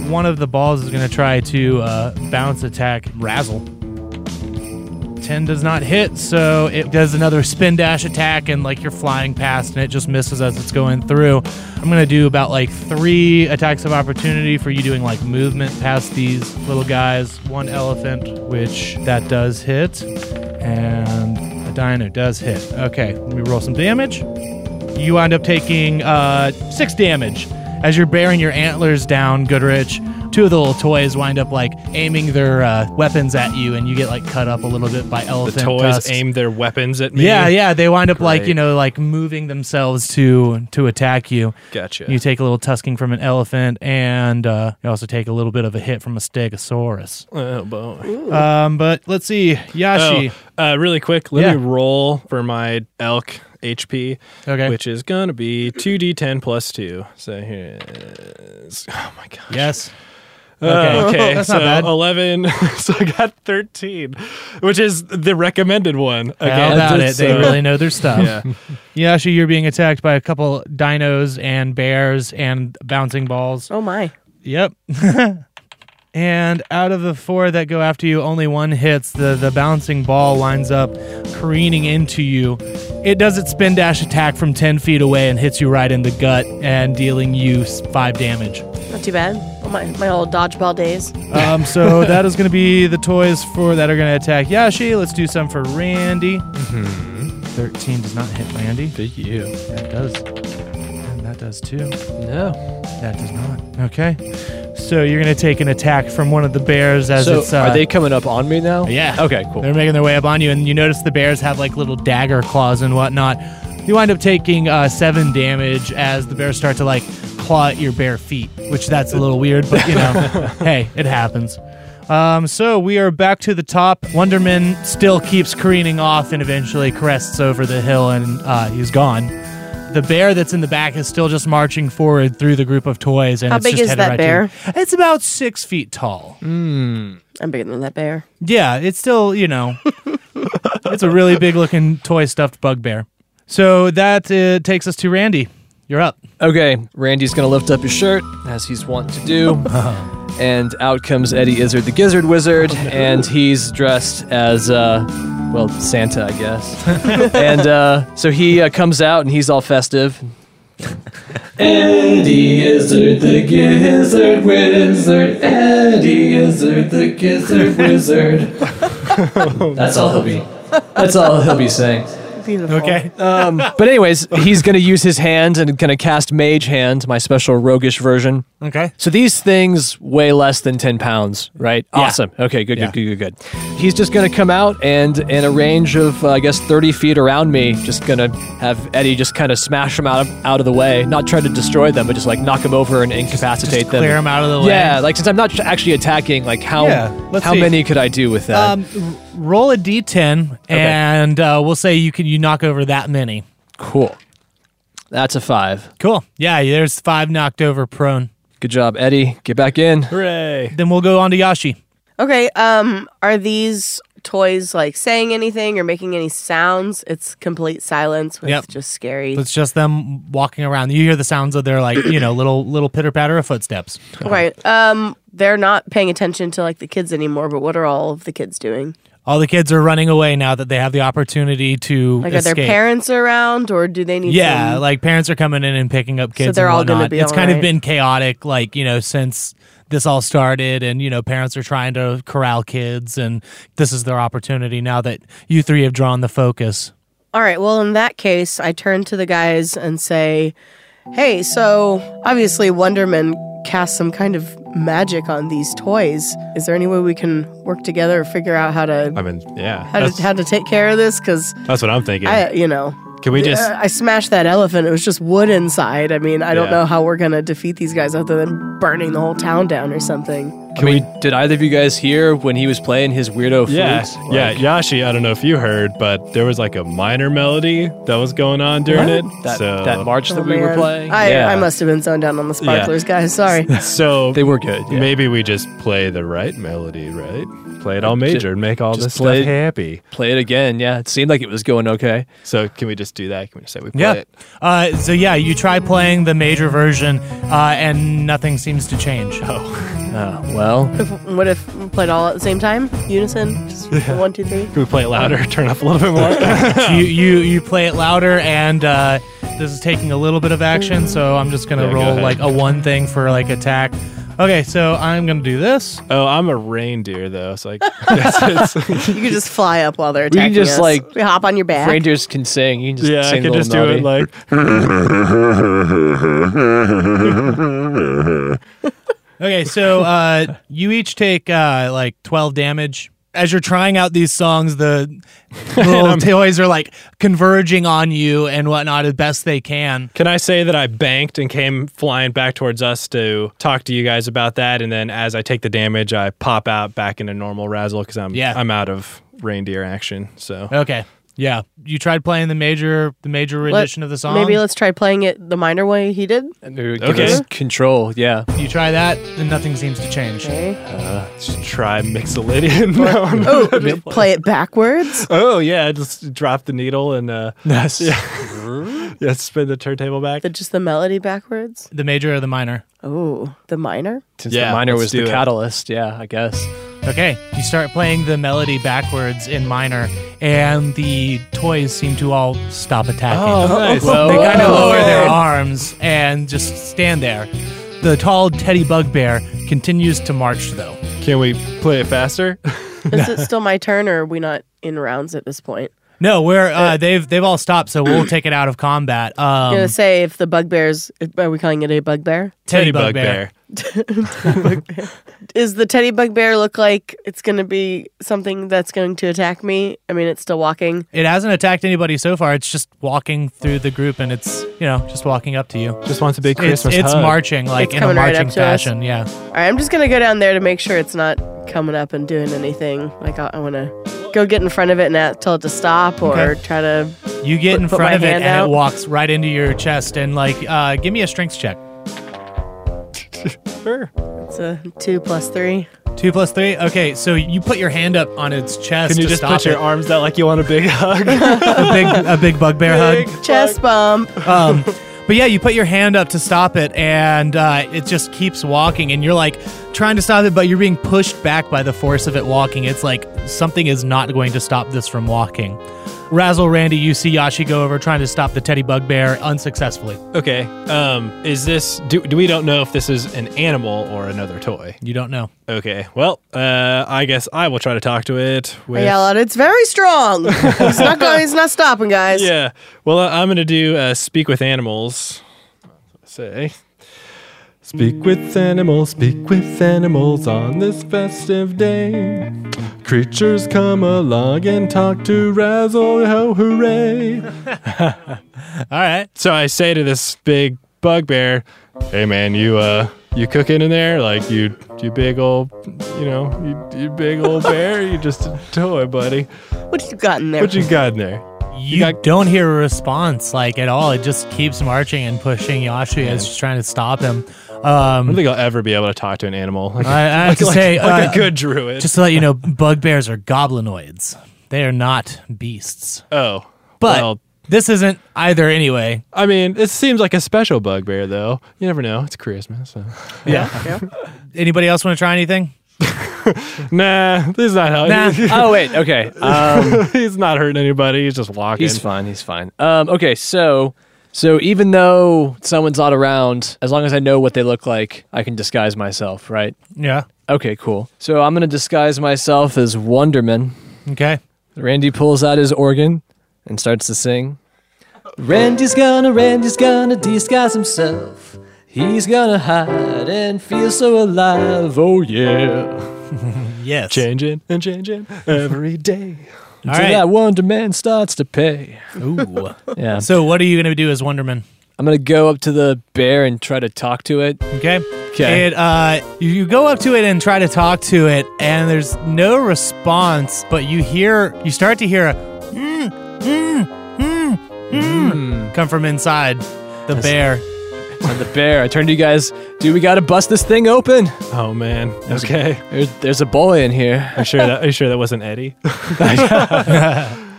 S1: one of the balls is going to try to uh, bounce attack Razzle. 10 does not hit, so it does another spin dash attack, and like you're flying past and it just misses as it's going through. I'm going to do about like three attacks of opportunity for you doing like movement past these little guys. One elephant, which that does hit, and a dino does hit. Okay, let me roll some damage you wind up taking uh, six damage as you're bearing your antlers down, Goodrich. Two of the little toys wind up like aiming their uh, weapons at you, and you get like cut up a little bit by
S2: The
S1: elephant
S2: [LAUGHS] toys
S1: tusks.
S2: aim their weapons at me.
S1: Yeah, yeah, they wind up like you
S2: Great.
S1: know like moving themselves to to attack you.
S2: Gotcha.
S1: You take a little tusking from an elephant, and uh, you also take a little bit of a hit from a stegosaurus.
S2: Oh, boy.
S1: Um, but let's see, Yashi.
S2: Oh, uh, really quick, let
S1: Yeah.
S2: me roll for my elk HP,
S1: Okay.
S2: which is gonna be two d10 plus two. So here it is. [LAUGHS] Oh my god.
S1: Yes.
S2: Okay, okay.
S1: That's
S2: so
S1: not bad.
S2: 11. [LAUGHS] so I got 13, which is the recommended one.
S1: How
S2: Again,
S1: about it?
S2: just
S1: They
S2: so-
S1: really know their stuff.
S2: uh,
S1: [LAUGHS]
S2: Yeah.
S1: Yashi, you're being attacked by a couple dinos and bears and bouncing balls.
S3: Oh my.
S1: Yep. [LAUGHS] and out of the four that go after you, only one hits. The the bouncing ball winds up careening into you. It does its spin dash attack from ten feet away and hits you right in the gut and dealing you s- five damage.
S3: Not too bad. Oh my my old dodgeball days.
S1: Um, so that is going to be the toys for that are going to attack Yashi. Let's do some for Randy. Thirteen does not hit Randy.
S2: Thank you.
S1: That does. And that does too.
S4: No.
S1: That does not. Okay. So you're going to take an attack from one of the bears as
S4: So
S1: it's. Uh,
S4: are they coming up on me now?
S1: Yeah.
S4: Okay, cool.
S1: They're making their way up on you, and you notice the bears have like little dagger claws and whatnot. You wind up taking uh, seven damage as the bears start to like claw at your bare feet, which that's a little weird, but you
S4: [LAUGHS]
S1: know, hey, it happens. Um, so we are back to the top. Wonderman still keeps careening off and eventually crests over the hill, and uh, he's gone. The bear that's in the back is still just marching forward through the group of toys, and
S3: How
S1: it's
S3: big
S1: just
S3: is
S1: headed
S3: that
S1: right to you. It's about six feet tall.
S3: I'm bigger than that bear.
S1: Yeah, it's still, you [LAUGHS] know, it's a really big looking toy stuffed bugbear. So that uh, takes us to Randy. You're up.
S4: Okay, Randy's gonna lift up his shirt, as he's wont to do. [LAUGHS] Oh, and out comes Eddie Izzard the Gizzard Wizard, and he's dressed as, uh, well, Santa, I [LAUGHS] guess. and uh, so he uh, comes out and he's all festive. [LAUGHS] Eddie Izzard the Gizzard Wizard, Eddie Izzard the Gizzard Wizard. [LAUGHS] That's all he'll be. That's all he'll be saying.
S3: Beautiful.
S1: Oh.
S4: But anyways, he's gonna use his hand and gonna cast Mage Hand, my special roguish version.
S1: Okay.
S4: So these things weigh less than ten pounds, right? Awesome. Okay, good, good, good, good, good. He's just gonna come out and in a range of uh, I guess thirty feet around me, just gonna have Eddie just kind of smash them out of, out of the way, not try to destroy them, but just like knock them over and incapacitate them.
S1: Clear him out of the way.
S4: yeah, like since I'm not actually attacking, like how
S1: Yeah, let's
S4: how
S1: see.
S4: many could I do with that?
S1: Um, r- roll a d10, and uh, we'll say you can you knock over that many.
S4: cool. That's a five.
S1: Cool. Yeah, there's five knocked over prone.
S4: Good job, Eddie. Get back in.
S2: Hooray.
S1: Then we'll go on to Yashi.
S3: Okay, um are these toys like saying anything or making any sounds? It's complete silence with
S1: Yep.
S3: just scary.
S1: It's just them walking around. You hear the sounds of their like you know little little pitter patter of footsteps.
S3: Right. Um they're not paying attention to like the kids anymore, but what are all of the kids doing?
S1: All the kids are running away now that they have the opportunity to
S3: Like are
S1: escape.
S3: their parents around or do they need
S1: Yeah,
S3: some-
S1: like parents are coming in and picking up kids.
S3: they're
S1: and
S3: all gonna
S1: whatnot.
S3: be
S1: It's
S3: all
S1: kind of
S3: right.
S1: been chaotic, like you know, since this all started, and you know, parents are trying to corral kids, and this is their opportunity now that you three have drawn the focus.
S3: All right. Well, in that case, I turn to the guys and say, "Hey, so obviously Wonderman cast some kind of magic on these toys. Is there any way we can work together or figure out how
S2: I
S3: to
S2: mean, yeah.
S3: how
S2: That's,
S3: to, how to take care of this cuz
S2: that's what I'm thinking.
S3: I, you know,
S2: Can we just.
S3: uh, I smashed that elephant. It was just wood inside. I mean, I don't
S2: Yeah.
S3: know how we're going to defeat these guys other than burning the whole town down or something.
S4: I mean, did either of you guys hear when he was playing his weirdo flute?
S2: yeah,
S4: Like-
S2: yeah. Yashi, I don't know if you heard, but there was like a minor melody that was going on during it.
S4: That,
S2: so,
S4: that march that
S3: Oh,
S4: we were
S3: man.
S4: playing.
S3: I,
S4: yeah.
S3: I must have been zoned out on the sparklers, guys. Sorry.
S2: [LAUGHS] so
S4: [LAUGHS] They were good. yeah.
S2: Maybe we just play the right melody, right? Play it all major and make all
S4: just
S2: this
S4: play-
S2: stuff happy.
S4: Play it again. Yeah, it seemed like it was going okay.
S2: So can we just do that? Can we just say we play
S1: Yeah.
S2: it?
S1: Uh, so yeah, you try playing the major version, uh, and nothing seems to change.
S2: Oh,
S4: Oh, well,
S3: If- What if we played all at the same time? Unison? Just one, two, three?
S2: Can we play it louder? [LAUGHS] Turn up a little bit
S4: [LAUGHS]
S2: more.
S1: [LAUGHS] you, you you play it louder, and uh, this is taking a little bit of action. So I'm just gonna
S2: Yeah, go
S1: roll
S2: ahead.
S1: like a one thing for like attack. Okay, so I'm gonna do this.
S2: oh, I'm a reindeer though. It's
S4: [LAUGHS]
S2: like that's, it's,
S3: You could just fly up while they're attacking
S4: just,
S3: us.
S4: like,
S3: we hop on your back.
S4: rangers can sing. You can just
S2: yeah.
S4: sing
S2: I
S4: a
S2: could
S4: little
S2: just do
S4: naughty.
S2: it like
S1: Okay, so uh, you each take uh, like 12 damage. As you're trying out these songs, the little toys are like converging on you and whatnot as best they can.
S2: Can I say that I banked and came flying back towards us to talk to you guys about that? And then as I take the damage, I pop out back into normal Razzle because I'm
S1: Yeah.
S2: I'm out of reindeer action. So
S1: Okay, yeah. You tried playing the major the major
S3: Let-
S1: rendition of the song.
S3: Maybe let's try playing it the minor way he did.
S2: Okay.
S4: okay. control.
S2: [LAUGHS]
S4: Yeah.
S1: you try that, and nothing seems to change.
S3: Okay.
S2: just try Mixolydian. [LAUGHS] No, no.
S3: [LAUGHS] Oh, play it backwards.
S2: Oh yeah, just drop the needle and uh, [LAUGHS]
S4: Yes.
S2: yeah, spin the turntable back.
S3: The, just the melody backwards.
S1: The major or the minor?
S3: Oh, the minor.
S4: Since
S2: Yeah,
S4: the minor
S2: let's
S4: was
S2: do
S4: the
S2: it.
S4: catalyst. Yeah, I guess.
S1: Okay, you start playing the melody backwards in minor, and the toys seem to all stop attacking.
S2: Oh,
S3: Oh.
S2: nice.
S1: they kind of lower their arms and just stand there. The tall teddy bugbear continues to march, though.
S2: Can we play it faster? [LAUGHS]
S3: Is it still my turn, or are we not in rounds at this point?
S1: No, we're uh, they've they've all stopped, so
S3: [CLEARS THROAT]
S1: we'll take it out of combat. Um,
S3: I'm gonna say if the bugbears are we calling it a bugbear?
S1: teddy, bugbear.
S3: Is the teddy bugbear look like it's gonna be something that's going to attack me? I mean, it's still walking.
S1: It hasn't attacked anybody so far. It's just walking through the group, and it's you know just walking up to you.
S2: Just wants a big
S1: It's,
S2: Christmas.
S1: it's
S2: hug.
S1: marching like
S3: It's
S1: in a
S3: coming right
S1: marching
S3: up to us.
S1: fashion. Yeah.
S3: All right, I'm just gonna go down there to make sure it's not coming up and doing anything. Like I, I want to go get in front of it and at, tell it to stop, or
S1: Okay.
S3: try to.
S1: You get in
S3: Put- put
S1: front
S3: my
S1: of it
S3: hand
S1: and
S3: out.
S1: it walks right into your chest and like uh, give me a strength check.
S2: Sure.
S3: It's a two plus three.
S1: Two plus three. Okay, so you put your hand up on its chest.
S2: Can you
S1: to
S2: just
S1: stop
S2: put your
S1: it.
S2: arms out like you want a big [LAUGHS] hug?
S1: a big a big bugbear
S2: Big
S1: hug?
S3: Chest bump.
S1: Um, but yeah, you put your hand up to stop it, and uh, it just keeps walking, and you're like trying to stop it, but you're being pushed back by the force of it walking. It's like something is not going to stop this from walking. Razzle Randy, you see Yashi go over trying to stop the teddy bugbear unsuccessfully.
S2: Okay. Um, is this do, do we don't know if this is an animal or another toy?
S1: You don't know.
S2: Okay. Well, uh, I guess I will try to talk to it.
S3: I
S2: With,
S3: yell out, "It's
S2: [LAUGHS]
S3: very strong. He's not going. He's not stopping, guys."
S2: yeah. Well, I- I'm gonna do uh, speak with animals. Say. Speak with animals, speak with animals on this festive day. Creatures come along and talk to Razzle, ho hooray!
S1: All right.
S2: So I say to this big bugbear, "Hey man, you uh, you cooking in there? Like you, you big old, you know, you, you big [LAUGHS] old bear? You just a toy, buddy.
S3: What you got in there?
S2: What you got in there?
S1: You,
S2: got-
S1: don't hear a response like at all. It just keeps marching and pushing Yashi as she's trying to stop him.
S2: I don't
S1: Um,
S2: think I'll ever be able to talk to an animal. Like,
S1: I, I have to
S2: [LAUGHS] like-
S1: say,
S2: like
S1: uh,
S2: a good druid.
S1: just to let you know, bugbears are goblinoids. They are not beasts.
S2: oh,
S1: But
S2: well,
S1: this isn't either anyway.
S2: I mean, it seems like a special bugbear though. You never know. It's Christmas. So.
S1: Anybody else want to try [LAUGHS] anything?
S2: Nah, this is not how.
S1: Nah.
S4: oh wait. Okay. Um,
S2: [LAUGHS] he's not hurting anybody. He's just walking.
S4: he's fine. He's fine. Um, okay. So. So even though someone's not around, as long as I know what they look like, I can disguise myself, right?
S1: Yeah.
S4: Okay, cool. So I'm gonna disguise myself as Wonderman.
S1: Okay.
S4: Randy pulls out his organ and starts to sing. Randy's gonna, Randy's gonna disguise himself. He's gonna hide and feel so alive. Oh yeah.
S1: Yes.
S2: changing and changing every day.
S1: All
S4: Till
S1: right.
S4: that Wonder Man starts to pay.
S1: Ooh.
S4: Yeah.
S1: So what are you going to do as Wonderman?
S4: I'm gonna go up to the bear and try to talk to it.
S1: Okay.
S4: 'Kay.
S1: It uh, you- you go up to it and try to talk to it, and there's no response. But you hear, you start to hear a mm, mm, mm, mm, come from inside the [LAUGHS] bear.
S4: So the bear, I turn to you guys. Dude, we gotta bust this thing open.
S2: Oh man. Okay.
S4: There's, there's a boy in here.
S1: [LAUGHS]
S2: Are you sure that? Are you sure that wasn't Eddie? [LAUGHS]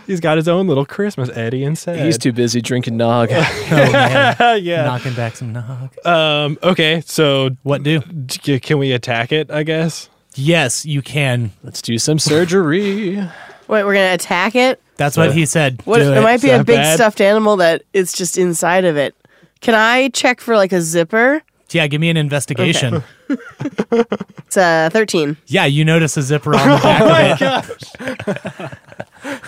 S2: He's got his own little Christmas Eddie instead.
S4: He's too busy drinking nog.
S2: yeah.
S1: Knocking back some nog.
S2: Um, okay, so
S1: What do?
S2: d- can we attack it? I guess.
S1: Yes, you can.
S4: [LAUGHS] Let's do some surgery.
S3: Wait, we're gonna attack it.
S1: That's what he said.
S3: What?
S1: Do
S3: It might be a
S2: that
S3: big
S2: bad?
S3: stuffed animal that it's just inside of it. Can I check for like a zipper?
S1: Yeah, give me an investigation.
S3: It's uh, thirteen.
S1: [LAUGHS] Yeah, you notice a zipper
S3: [LAUGHS]
S1: on the back of it.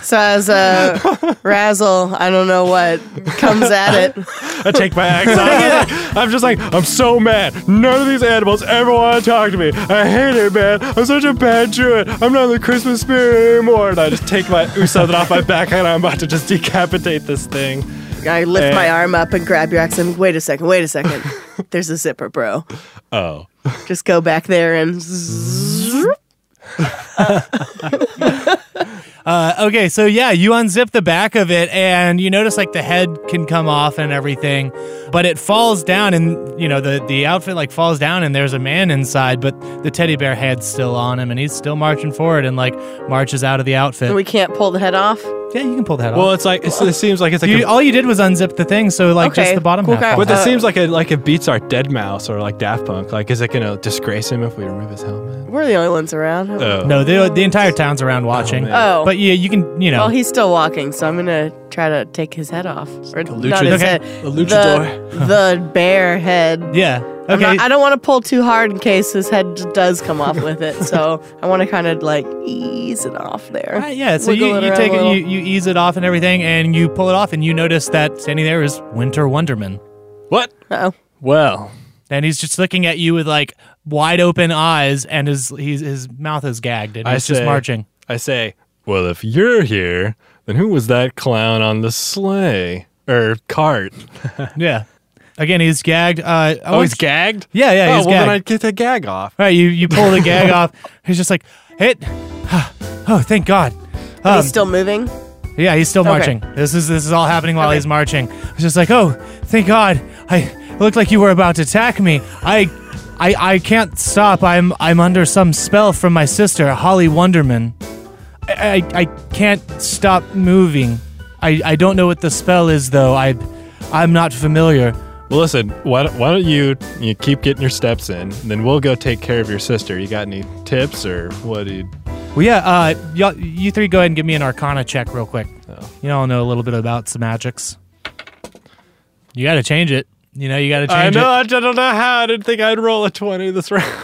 S3: So as a razzle, I don't know what comes at it.
S2: I take my axe.
S1: [LAUGHS]
S2: off. I'm just like, I'm so mad. None of these animals ever want to talk to me. I hate it, man. I'm such a bad Druid. I'm not in the Christmas spirit anymore. And I just take my something off my back and I'm about to just decapitate this thing.
S3: I lift
S2: Eh.
S3: my arm up and grab your axe. And wait a second. Wait a second. There's a zipper, bro.
S2: Oh.
S3: Just go back there and. zzz-
S1: Uh, okay, so yeah, you unzip the back of it, and you notice like the head can come off and everything, but it falls down, and you know the the outfit like falls down, and there's a man inside, but the teddy bear head's still on him, and he's still marching forward, and like marches out of the outfit.
S3: And we can't pull the head off.
S1: yeah, you can pull that
S2: Well,
S1: off.
S2: it's like, it's, it seems like it's like
S1: You,
S2: a.
S1: all you did was unzip the thing, so like just
S3: Okay,
S1: the bottom
S3: cool
S1: half.
S3: guy.
S1: falls
S2: But this
S3: uh,
S2: seems like it like it beats our dead mouse or like Daft Punk. Like, is it gonna disgrace him if we remove his helmet?
S3: We're the only ones around.
S2: Oh.
S1: No, the the entire town's around watching.
S2: man.
S3: Oh.
S1: but yeah, you can you know.
S3: Well, he's still walking, so I'm gonna try to take his head off. Or not
S4: luchador.
S3: his
S1: Okay.
S3: head.
S4: A luchador.
S3: The, the bear head.
S1: yeah.
S3: I'm
S1: Okay.
S3: not- I don't want to pull too hard in case his head j- does come off with it.
S1: [LAUGHS]
S3: So I want to kind of like ease it off there.
S1: Right, yeah, so
S3: Wiggle
S1: you, you
S3: around
S1: take
S3: a
S1: it,
S3: little.
S1: you, you ease it off and everything, and you pull it off, and you notice that standing there is Winter Wonderman.
S2: What?
S3: Uh-oh.
S4: Well,
S1: And he's just looking at you with like wide open eyes, and his he's, his mouth is gagged, and
S2: I
S1: he's just
S2: say-
S1: marching.
S2: I say, well, if you're here, then who was that clown on the sleigh or cart?
S1: Yeah. Again, he's gagged. Uh,
S2: Oh, he's gagged.
S1: Yeah, yeah,
S2: Oh,
S1: he's
S2: well,
S1: gagged.
S2: then I'd get that gag off.
S1: All right, you you pull the
S2: [LAUGHS]
S1: gag off. He's just like, hit. [SIGHS] Oh, thank God.
S3: But
S1: Um,
S3: he's still moving.
S1: Yeah, he's still
S3: Okay.
S1: marching. This is this is all happening while
S3: Okay.
S1: he's marching. I was just like, oh, thank God! I it looked like you were about to attack me. I, I, I can't stop. I'm I'm under some spell from my sister, Holly Wonderman. I I, I can't stop moving. I I don't know what the spell is though. I, I'm not familiar.
S2: Well, listen, why, don't- why don't you you keep getting your steps in, and then we'll go take care of your sister. You got any tips or what? Do you,
S1: Well, yeah. Uh, y'all, you three go ahead and give me an Arcana check real quick. You all know a little bit about some magics. You got to change it. You know, you got to
S2: I
S1: change
S2: know.
S1: it.
S2: I don't know how. I didn't think I'd roll a twenty this round. [LAUGHS]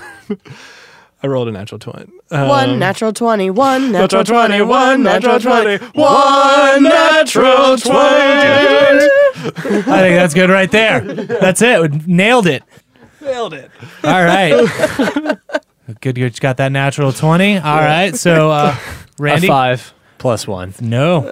S2: I rolled a natural twenty. Um,
S3: One natural 20, one natural 20, one
S2: one
S3: natural 20,
S2: one natural 20.
S1: I think that's good right there. That's it. Nailed it.
S2: Nailed it.
S1: All right. Good, you got that natural 20. All right. So, uh,
S4: a
S1: Randy?
S4: five plus one.
S1: No.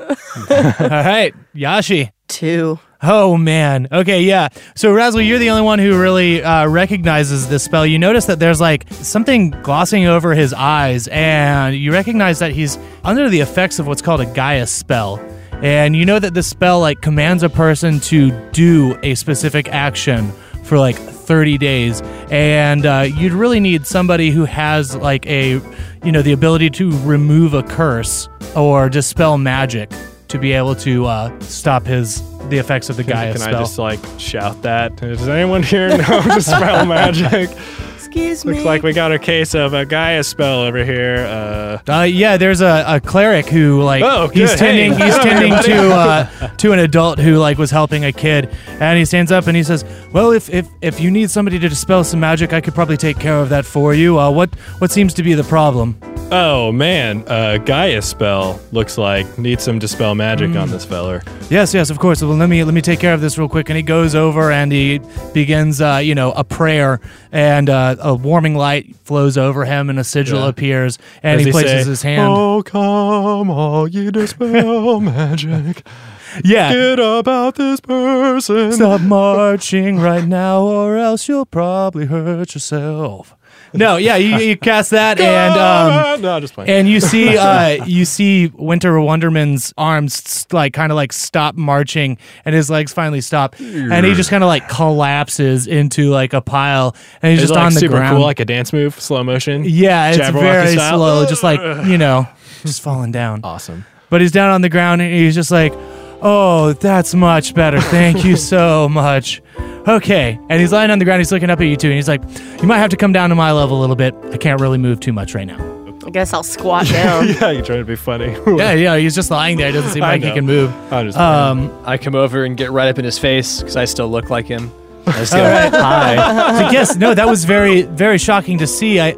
S1: All right. Yashi.
S3: two.
S1: Oh, man. Okay. Yeah. So, Razzle, you're the only one who really uh, recognizes this spell. You notice that there's like something glossing over his eyes, and you recognize that he's under the effects of what's called a Gaia spell. And you know that this spell like commands a person to do a specific action for like 30 days and uh, you'd really need somebody who has like a you know the ability to remove a curse or dispel magic to be able to uh, stop his the effects of the Gaia
S2: Can I
S1: spell.
S2: just like shout that? Does anyone here know to spell magic? [LAUGHS]
S3: Excuse me.
S2: Looks like we got a case of a Gaia spell over here. Uh,
S1: uh, yeah, there's a, a cleric who like
S2: Oh,
S1: he's
S2: good.
S1: tending
S2: Hey.
S1: he's
S2: [LAUGHS]
S1: tending to uh, to an adult who like was helping a kid, and he stands up and he says, "Well, if if, if you need somebody to dispel some magic, I could probably take care of that for you. Uh, what what seems to be the problem?"
S2: oh man, uh, Gaia spell looks like needs some dispel magic on this feller.
S1: Yes, yes, of course. Well, let me let me take care of this real quick. And he goes over and he begins, uh, you know, a prayer, and uh, a warming light flows over him, and a sigil
S2: Yeah.
S1: appears, and
S2: Does
S1: he,
S2: he
S1: places
S2: say,
S1: his hand.
S2: Oh come, all ye [LAUGHS] dispel magic,
S1: yeah.
S2: get about this person.
S1: Stop marching right now, or else you'll probably hurt yourself. No, yeah, you, you cast
S2: [LAUGHS]
S1: that, and um,
S2: Ah, no, just playing.
S1: and you see uh you see winter wonderman's arms s- like kind of like stop marching and his legs finally stop and he just kind of like collapses into like a pile and he's
S2: It's
S1: just
S2: like
S1: on the
S2: super
S1: ground
S2: cool, like a dance move, slow motion.
S1: yeah it's
S2: Jabberwocky
S1: very
S2: style.
S1: slow just like you know just falling down
S2: Awesome.
S1: But he's down on the ground and he's just like, "Oh, that's much better. Thank
S2: [LAUGHS]
S1: you so much." Okay, and he's lying on the ground. He's looking up at you too, and he's like, "You might have to come down to my level a little bit. I can't really move too much right now."
S3: I guess I'll
S1: [LAUGHS]
S3: squat
S2: [LAUGHS]
S3: down.
S2: yeah, you're trying to be funny. [LAUGHS]
S1: Yeah, yeah. He's just lying there. It doesn't seem
S2: I
S1: like he
S2: know.
S1: can [LAUGHS] move.
S2: I'm just
S1: Um,
S4: I come over and get right up in his face because I still look like
S2: [LAUGHS]
S4: him. I just go, hi.
S1: So yes, no, that was very, very shocking to see. I,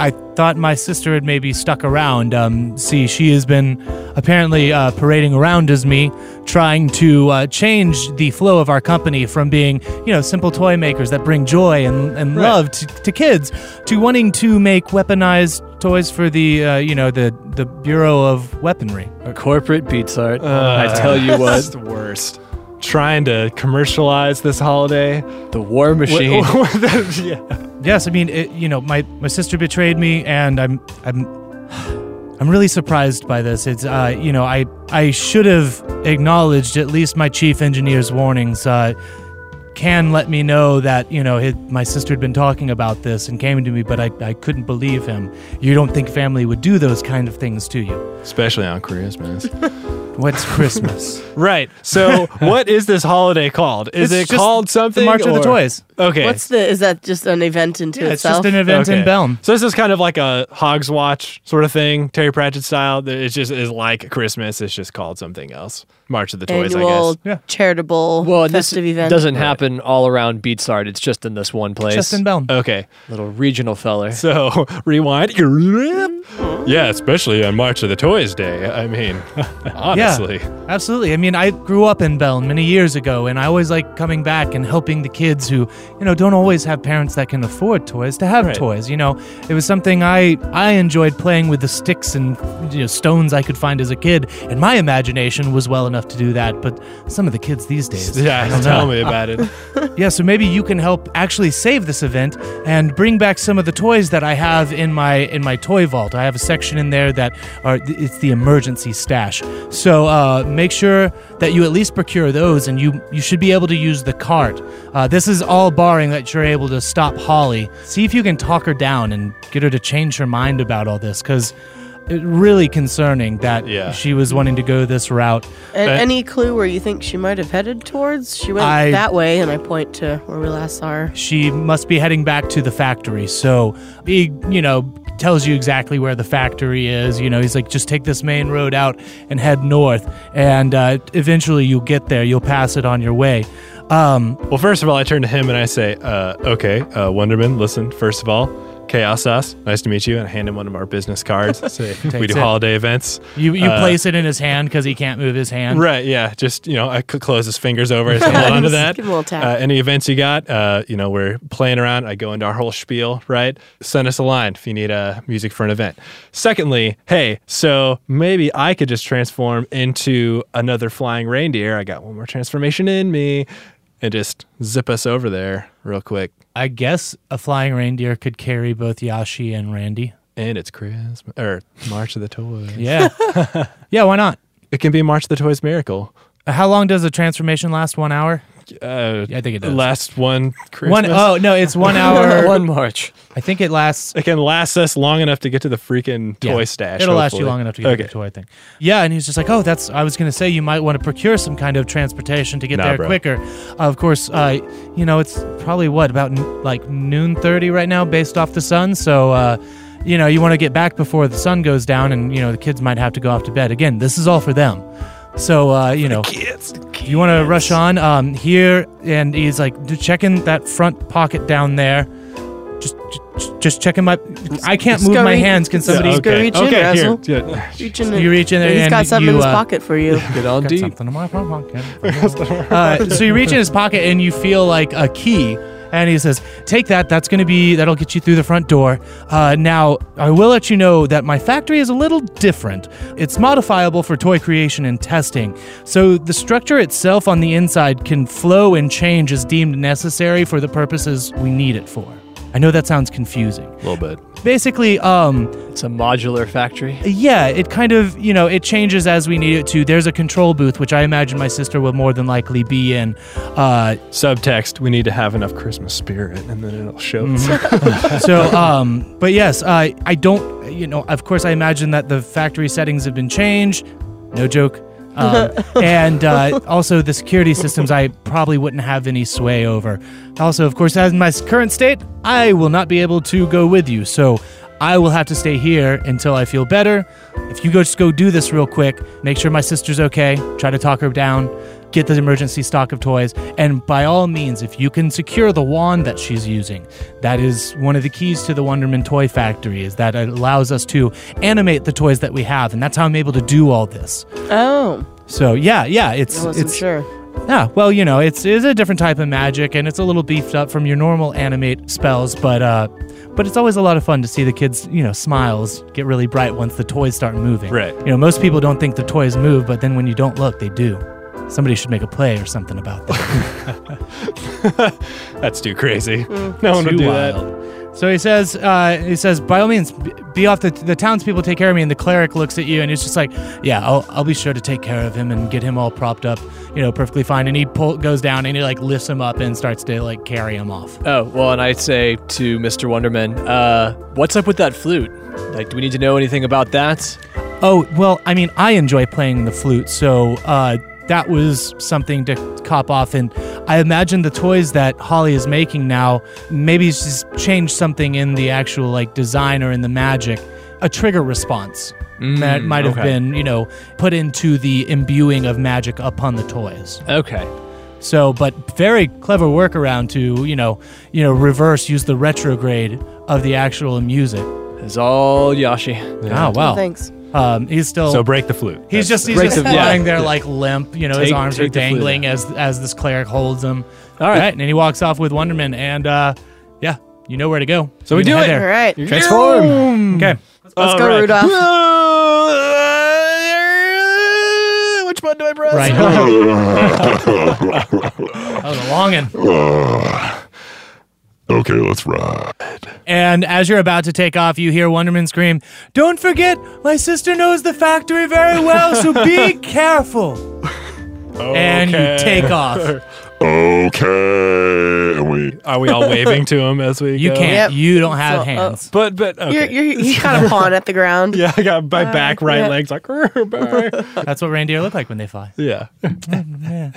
S1: I thought my sister had maybe stuck around. Um, see, she has been apparently uh, parading around as me, trying to uh, change the flow of our company from being, you know, simple toy makers that bring joy and, and love to, to kids, to wanting to make weaponized toys for the, uh, you know, the the Bureau of Weaponry.
S4: Corporate beats art.
S2: Uh,
S4: I
S2: [LAUGHS]
S4: tell you
S2: That's
S4: what,
S2: the worst. Trying to commercialize this holiday.
S4: the war machine. [LAUGHS]
S2: [LAUGHS] yeah.
S1: Yes, I mean, it, you know, my, my sister betrayed me, and I'm I'm I'm really surprised by this. It's uh, you know, I I should have acknowledged at least my chief engineer's warnings. Uh, can let me know that you know his, my sister had been talking about this and came to me, but I, I couldn't believe him. You don't think family would do those kind of things to you?
S2: Especially on Christmas. [LAUGHS]
S1: What's Christmas?
S2: right. [LAUGHS] So, what is this holiday called? Is
S1: It's
S2: it
S1: just
S2: called something?
S1: the March of the
S2: or-
S1: Toys.
S2: Okay.
S3: What's the? Is that just an event into
S1: It's
S3: itself?
S1: just an event
S2: Okay.
S1: in Belm.
S2: So this is kind of like a Hog's Watch sort of thing, Terry Pratchett style. that It's just is like Christmas. It's just called something else. March of the Toys, I
S3: annual
S2: guess.
S1: Yeah.
S3: charitable
S4: Well, and this
S3: festive event.
S4: doesn't happen all around beats art. It's just in this one place.
S1: Just in Belm.
S2: Okay.
S4: Little regional feller.
S2: So [LAUGHS] rewind. Yeah, especially on March of the Toys Day. I mean, [LAUGHS] honestly.
S1: Yeah, absolutely. I mean, I grew up in Bell many years ago, and I always like coming back and helping the kids who, you know, don't always have parents that can afford toys to have
S2: Right.
S1: toys. You know, it was something I I enjoyed playing with the sticks and you know, stones I could find as a kid, and my imagination was well enough to do that. But some of the kids these days, I
S2: [LAUGHS] Yeah,
S1: don't
S2: tell
S1: know. [LAUGHS]
S2: me about it.
S1: Yeah, so maybe you can help actually save this event and bring back some of the toys that I have in my in my toy vault. I have a section in there that are it's the emergency stash. So uh, make sure that you at least procure those, and you you should be able to use the cart. Uh, this is all barring that you're able to stop Holly. See if you can talk her down and get her to change her mind about all this, because. It really concerning that
S2: Yeah.
S1: she was wanting to go this route.
S3: And
S2: Uh,
S3: any clue where you think she might have headed towards? She went
S1: I-
S3: that way, and I point to where we last saw her.
S1: she must be heading back to the factory. So he, you know, tells you exactly where the factory is. You know, he's like, just take this main road out and head north, and uh, eventually you'll get there. You'll pass it on your way. Um,
S2: Well, first of all, I turn to him and I say, uh, okay, uh, Wonderman, listen, first of all, Chaos Sauce, nice to meet you. And I hand him one of our
S1: [LAUGHS]
S2: business cards. Say, we
S1: Takes it.
S2: do holiday events.
S1: you you
S2: Uh,
S1: place it in his hand because he can't move his hand.
S2: Right, yeah. Just, you know, I could close his fingers over.
S3: [LAUGHS]
S2: I say, hold on to
S3: Just
S2: that.
S3: give him a little tap.
S2: Uh, any events you got, uh, you know, we're playing around. I go into our whole spiel, right? Send us a line if you need uh, music for an event. Secondly, hey, so maybe I could just transform into another flying reindeer. I got one more transformation in me and just zip us over there real quick.
S1: I guess a flying reindeer could carry both Yashi and Randy.
S2: And it's Christmas or March of the Toys. [LAUGHS]
S1: Yeah, yeah. Why not?
S2: It can be March of the Toys miracle.
S1: How long does the transformation last? One hour?
S2: Uh,
S1: Yeah, I think it does.
S2: Last one Christmas.
S1: One oh no, it's
S2: [LAUGHS]
S1: one hour.
S4: one March.
S1: I think it lasts
S2: It can last us long enough to get to the freaking
S1: Yeah.
S2: toy stash.
S1: It'll last you
S2: hopefully.
S1: long enough to get
S2: okay.
S1: the toy thing. Yeah, and he's just like, oh, that's. I was gonna say you might want to procure some kind of transportation to get
S2: Nah,
S1: there
S2: bro.
S1: quicker. of course, uh, you know it's probably what about n- like noon thirty right now, based off the sun. So. Uh, you know, you want to get back before the sun goes down, and you know the kids might have to go off to bed. Again, this is all for them. So uh, you know, you want to rush on um, here, and he's like, "Dude, checking that front pocket down there. Just, just, just checking my. I can't move my
S3: Scurry.
S1: hands. Can somebody
S3: Yeah,
S2: okay.
S3: Reach in,
S2: okay,
S3: Razzle.
S2: here.
S1: [LAUGHS]
S2: Yeah.
S3: Reach in
S1: You reach in there
S3: He's
S1: and
S3: got something in
S1: you,
S3: his
S1: uh,
S3: pocket for
S1: [LAUGHS]
S3: you.
S4: Get on
S1: Got
S4: deep.
S1: something in my pocket. uh, so you reach in his pocket and you feel like a key. And he says, "Take that. That's going to be that'll get you through the front door." Uh, now, I will let you know that my factory is a little different. It's modifiable for toy creation and testing, so the structure itself on the inside can flow and change as deemed necessary for the purposes we need it for. I know that sounds confusing.
S2: A little bit.
S1: Basically, um,
S4: It's a modular factory.
S1: yeah, it kind of, you know, it changes as we need it to. There's a control booth, which I imagine my sister will more than likely be in. Uh,
S2: Subtext: We need to have enough Christmas spirit, and then it'll show.
S1: Mm-hmm.
S2: itself.
S1: so, um, but yes, I I don't, you know, of course, I imagine that the factory settings have been changed. No joke. Um, and uh, also, the security systems I probably wouldn't have any sway over. Also, of course, as in my current state, I will not be able to go with you. So I will have to stay here until I feel better. If you go, just go do this real quick. Make sure my sister's okay. Try to talk her down. Get the emergency stock of toys. And by all means, if you can secure the wand that she's using, that is one of the keys to the Wonderman Toy Factory, is that it allows us to animate the toys that we have. And that's how I'm able to do all this.
S3: Oh,
S1: So yeah, yeah, it's
S3: I wasn't
S1: it's
S3: sure.
S1: yeah. Ah, Well, you know, it's it's a different type of magic, and it's a little beefed up from your normal animate spells, but uh, but it's always a lot of fun to see the kids, you know, smiles get really bright once the toys start moving.
S2: Right.
S1: You know, most people don't think the toys move, but then when you don't look, they do. Somebody should make a play or something about that.
S2: [LAUGHS] That's too crazy. No one would
S1: Mm. Too
S2: do that.
S1: wild. So he says, uh, he says, by all means, b- be off. The, the townspeople take care of me. And the cleric looks at you and he's just like, yeah, I'll, I'll be sure to take care of him and get him all propped up, you know, perfectly fine. And he pull, goes down and he like lifts him up and starts to like carry him off.
S4: Oh, well, and I'd say to Mr. Wonderman, uh, what's up with that flute? Like, do we need to know anything about that?
S1: Oh, well, I mean, I enjoy playing the flute. So, uh, that was something to cop off. And I imagine the toys that Holly is making now, maybe she's changed something in the actual like design or in the magic, a trigger response. that might have
S4: okay.
S1: been, you know, put into the imbuing of magic upon the toys.
S4: Okay.
S1: So, but very clever workaround to, you know, you know, reverse use the retrograde of the actual music.
S4: It's all Yashi.
S2: Ah,
S1: Oh wow!
S3: Thanks.
S1: Um, he's still
S2: So break the flute.
S1: he's just he's
S4: Break
S1: just
S4: the- yeah.
S1: lying there like limp. You know, his
S4: Take-
S1: arms
S4: take
S1: are
S4: the flute
S1: dangling as as this cleric holds him.
S4: All right.
S1: and then he walks off with Wonderman, and uh, yeah, you know where to go. So
S2: we do it.
S3: All right.
S4: Transform.
S1: Okay.
S3: Let's go, Rudolph.
S2: uh, Which button do I press?
S1: Right. that was a long one.
S5: Okay, let's ride.
S1: And as you're about to take off, you hear Wonderman scream, Don't forget, my sister knows the factory very well, so be careful. And you take off.
S5: Okay, and we
S2: Are we all waving to him as we [LAUGHS]
S1: You
S2: go?
S1: can't.
S3: Yep.
S1: You don't have
S3: So, uh,
S1: hands.
S2: But but okay.
S3: You're, you're, you got a pawn at
S1: [LAUGHS]
S3: the ground.
S2: yeah, [LAUGHS] I got my back right
S3: yeah.
S2: legs like bye.
S1: That's what reindeer look like when they fly.
S2: yeah.
S1: All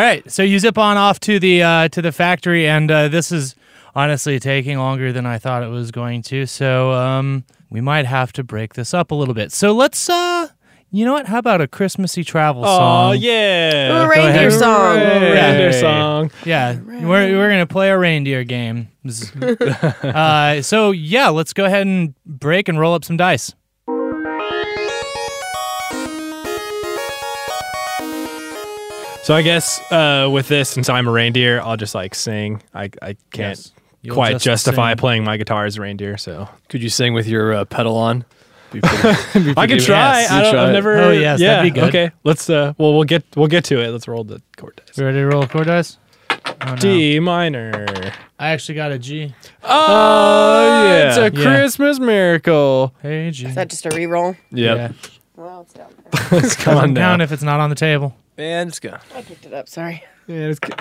S1: right, so you zip on off to the uh, to the factory, and uh, this is honestly taking longer than I thought it was going to. So um, we might have to break this up a little bit. So let's, uh, you know what? How about a Christmassy travel
S2: Oh
S1: song?
S2: yeah.
S3: Ooh, reindeer song.
S2: Reindeer
S1: Hey.
S2: song.
S1: Yeah, we're, we're gonna play a reindeer game.
S2: [LAUGHS]
S1: uh, so yeah, let's go ahead and break and roll up some dice.
S2: So I guess uh, with this, since I'm a reindeer, I'll just like sing. I I can't
S1: Yes. You'll
S2: quite
S1: just
S2: justify
S1: sing.
S2: playing my guitar as a reindeer, so
S4: Could you sing with your uh, pedal on? Be pretty- be
S2: I could
S4: pretty-
S2: try.
S4: Yes,
S2: I
S4: you
S2: don't,
S4: try
S2: I've
S4: it.
S2: never.
S1: Oh, yes,
S2: yeah.
S1: that'd be good.
S2: Okay, let's. Uh, well, we'll get we'll get to it. Let's roll the chord dice.
S1: You ready to roll four dice? Oh, no.
S2: D minor.
S1: I actually got a G.
S2: Oh, yeah. It's a
S1: Yeah.
S2: Christmas miracle.
S1: Hey G.
S3: Is that just a reroll?
S1: Yeah.
S3: Well, it's down there.
S2: It's [LAUGHS] come on
S1: Down
S2: down.
S1: if it's not on the table.
S4: And it's gone.
S3: I picked it up. Sorry.
S2: Yeah, it's ca-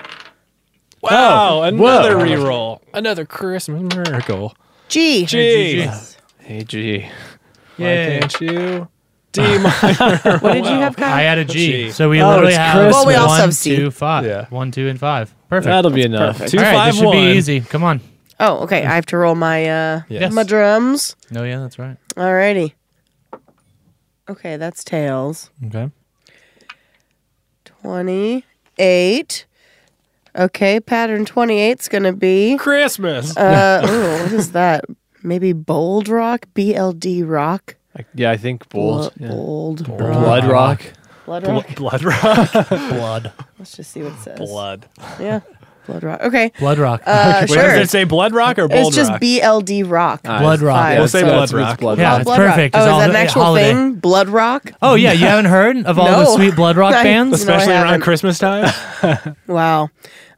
S2: wow, another
S4: Whoa.
S2: reroll. Another Christmas miracle.
S3: G.
S2: G.
S4: Hey, G.
S2: Why can't you? D minor.
S3: What did you have,
S1: I
S3: Kyle?
S1: had a G.
S2: G.
S1: So we
S4: Oh,
S1: literally
S4: it's
S1: have
S4: Christmas. Uh,
S1: one,
S3: Well, we also have C.
S1: two, five.
S2: Yeah.
S1: One, two, and five. Perfect.
S4: That'll be enough.
S3: Perfect.
S2: Two
S1: All right,
S2: five
S1: this should
S2: one.
S1: be easy. Come on.
S3: Oh, okay. I have to roll my uh
S2: Yes.
S3: my drums.
S1: No, yeah, that's right.
S3: Alrighty. Okay, that's tails.
S1: Okay.
S3: Twenty-eight. Okay, pattern twenty-eight's gonna be
S2: Christmas.
S3: uh ooh, what is that? Maybe bold rock? BLD rock?
S4: I- Yeah, I think bold.
S3: Blo-
S4: yeah.
S3: Bold, rock.
S2: uh,
S4: Blood rock.
S3: Blood rock.
S2: Blood rock.
S1: Blood.
S3: Let's just see what it says.
S2: Blood.
S3: [LAUGHS] Yeah. Blood rock.
S1: [LAUGHS]
S3: Okay.
S1: Blood rock.
S3: Uh,
S2: Wait,
S3: sure.
S2: Does it say blood rock or bold
S3: It's just
S2: rock?
S3: BLD rock.
S1: blood rock.
S3: Five.
S2: We'll say
S3: So
S2: blood
S4: That's with
S2: rock.
S4: blood
S1: Yeah.
S4: rock.
S1: it's
S3: Blood
S1: perfect.
S3: Rock.
S1: It's
S3: Oh,
S1: all
S3: is that an
S1: the-
S3: actual
S1: holiday.
S3: thing? Blood rock?
S1: oh, yeah, you haven't heard of all the
S3: No.
S1: sweet blood rock
S3: [LAUGHS] I-
S1: bands?
S3: No, I
S2: Especially around
S3: haven't.
S2: Christmas time.
S3: Wow.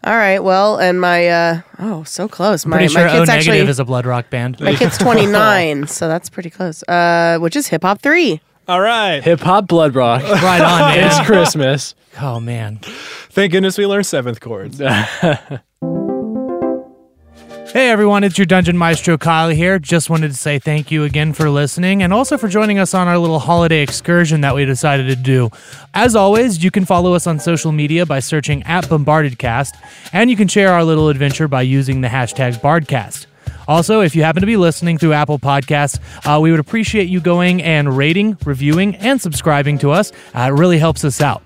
S3: All right. Well, and my uh oh, so close. My
S1: Pretty sure
S3: my
S1: O
S3: kid's
S1: negative
S3: actually
S1: is Oh. a blood rock band. [LAUGHS]
S3: my kid's 29, so that's pretty close. Uh which is hip hop 3.
S2: All right.
S4: Hip hop blood rock. [LAUGHS]
S1: Right
S3: [LAUGHS]
S1: on,
S4: it's
S1: man.
S4: Christmas.
S1: oh man.
S2: Thank goodness we learned seventh chords.
S1: Hey everyone, it's your Dungeon Maestro Kyle here. Just wanted to say thank you again for listening and also for joining us on our little holiday excursion that we decided to do. As always, you can follow us on social media by searching at BombardedCast, and you can share our little adventure by using the hashtag BardCast. Also, if you happen to be listening through Apple Podcasts, uh, we would appreciate you going and rating, reviewing, and subscribing to us. Uh, it really helps us out.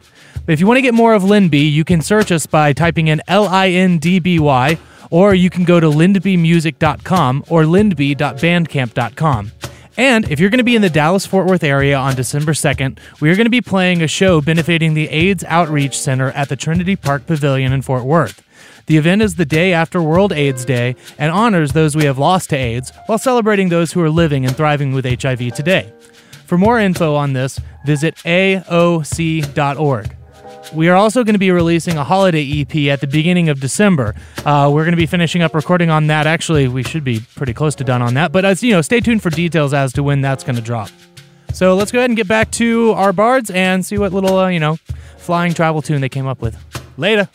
S1: But if you want to get more of Lindby, you can search us by typing in L I N D B Y, or you can go to lindbymusic.com or lindby.bandcamp.com. And if you're going to be in the Dallas Fort Worth area on December 2nd, we are going to be playing a show benefiting the AIDS Outreach Center at the Trinity Park Pavilion in Fort Worth. The event is the day after World AIDS Day and honors those we have lost to AIDS while celebrating those who are living and thriving with HIV today. For more info on this, visit aoc.org. We are also going to be releasing a holiday EP at the beginning of December. Uh, we're going to be finishing up recording on that. Actually, we should be pretty close to done on that. But as you know, stay tuned for details as to when that's going to drop. So let's go ahead and get back to our bards and see what little uh, you know flying travel tune they came up with. Later.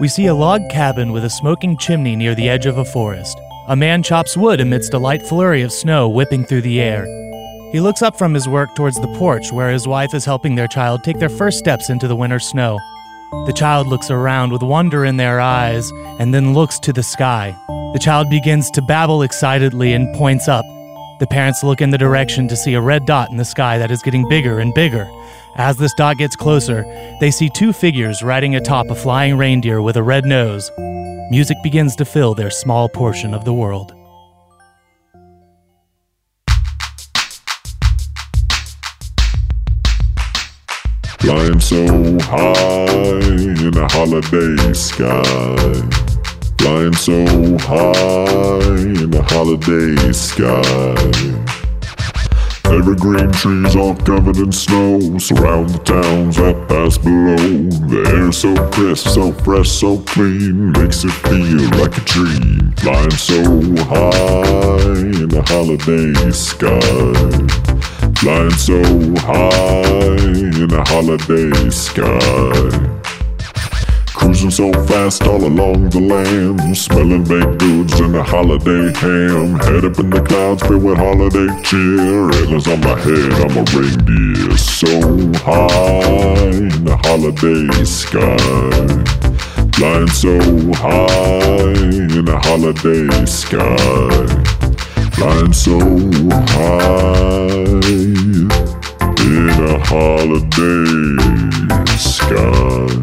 S1: We see a log cabin with a smoking chimney near the edge of a forest. A man chops wood amidst a light flurry of snow whipping through the air. He looks up from his work towards the porch where his wife is helping their child take their first steps into the winter snow. The child looks around with wonder in their eyes and then looks to the sky. The child begins to babble excitedly and points up. The parents look in the direction to see a red dot in the sky that is getting bigger and bigger. As this dot gets closer, they see two figures riding atop a flying reindeer with a red nose. Music begins to fill their small portion of the world.
S5: Flying so high in the holiday sky. Flying so high in the holiday sky. Evergreen trees all covered in snow surround the towns that pass below. The air so crisp, so fresh, so clean makes it feel like a dream. Flying so high in the holiday sky. Flying so high in the holiday sky. Cruising so fast all along the land, smelling baked goods and a holiday ham. Head up in the clouds filled with holiday cheer. Antlers on my head, I'm a reindeer. So high in the holiday sky. Flying so high in the holiday sky. Flying so high in a holiday sky.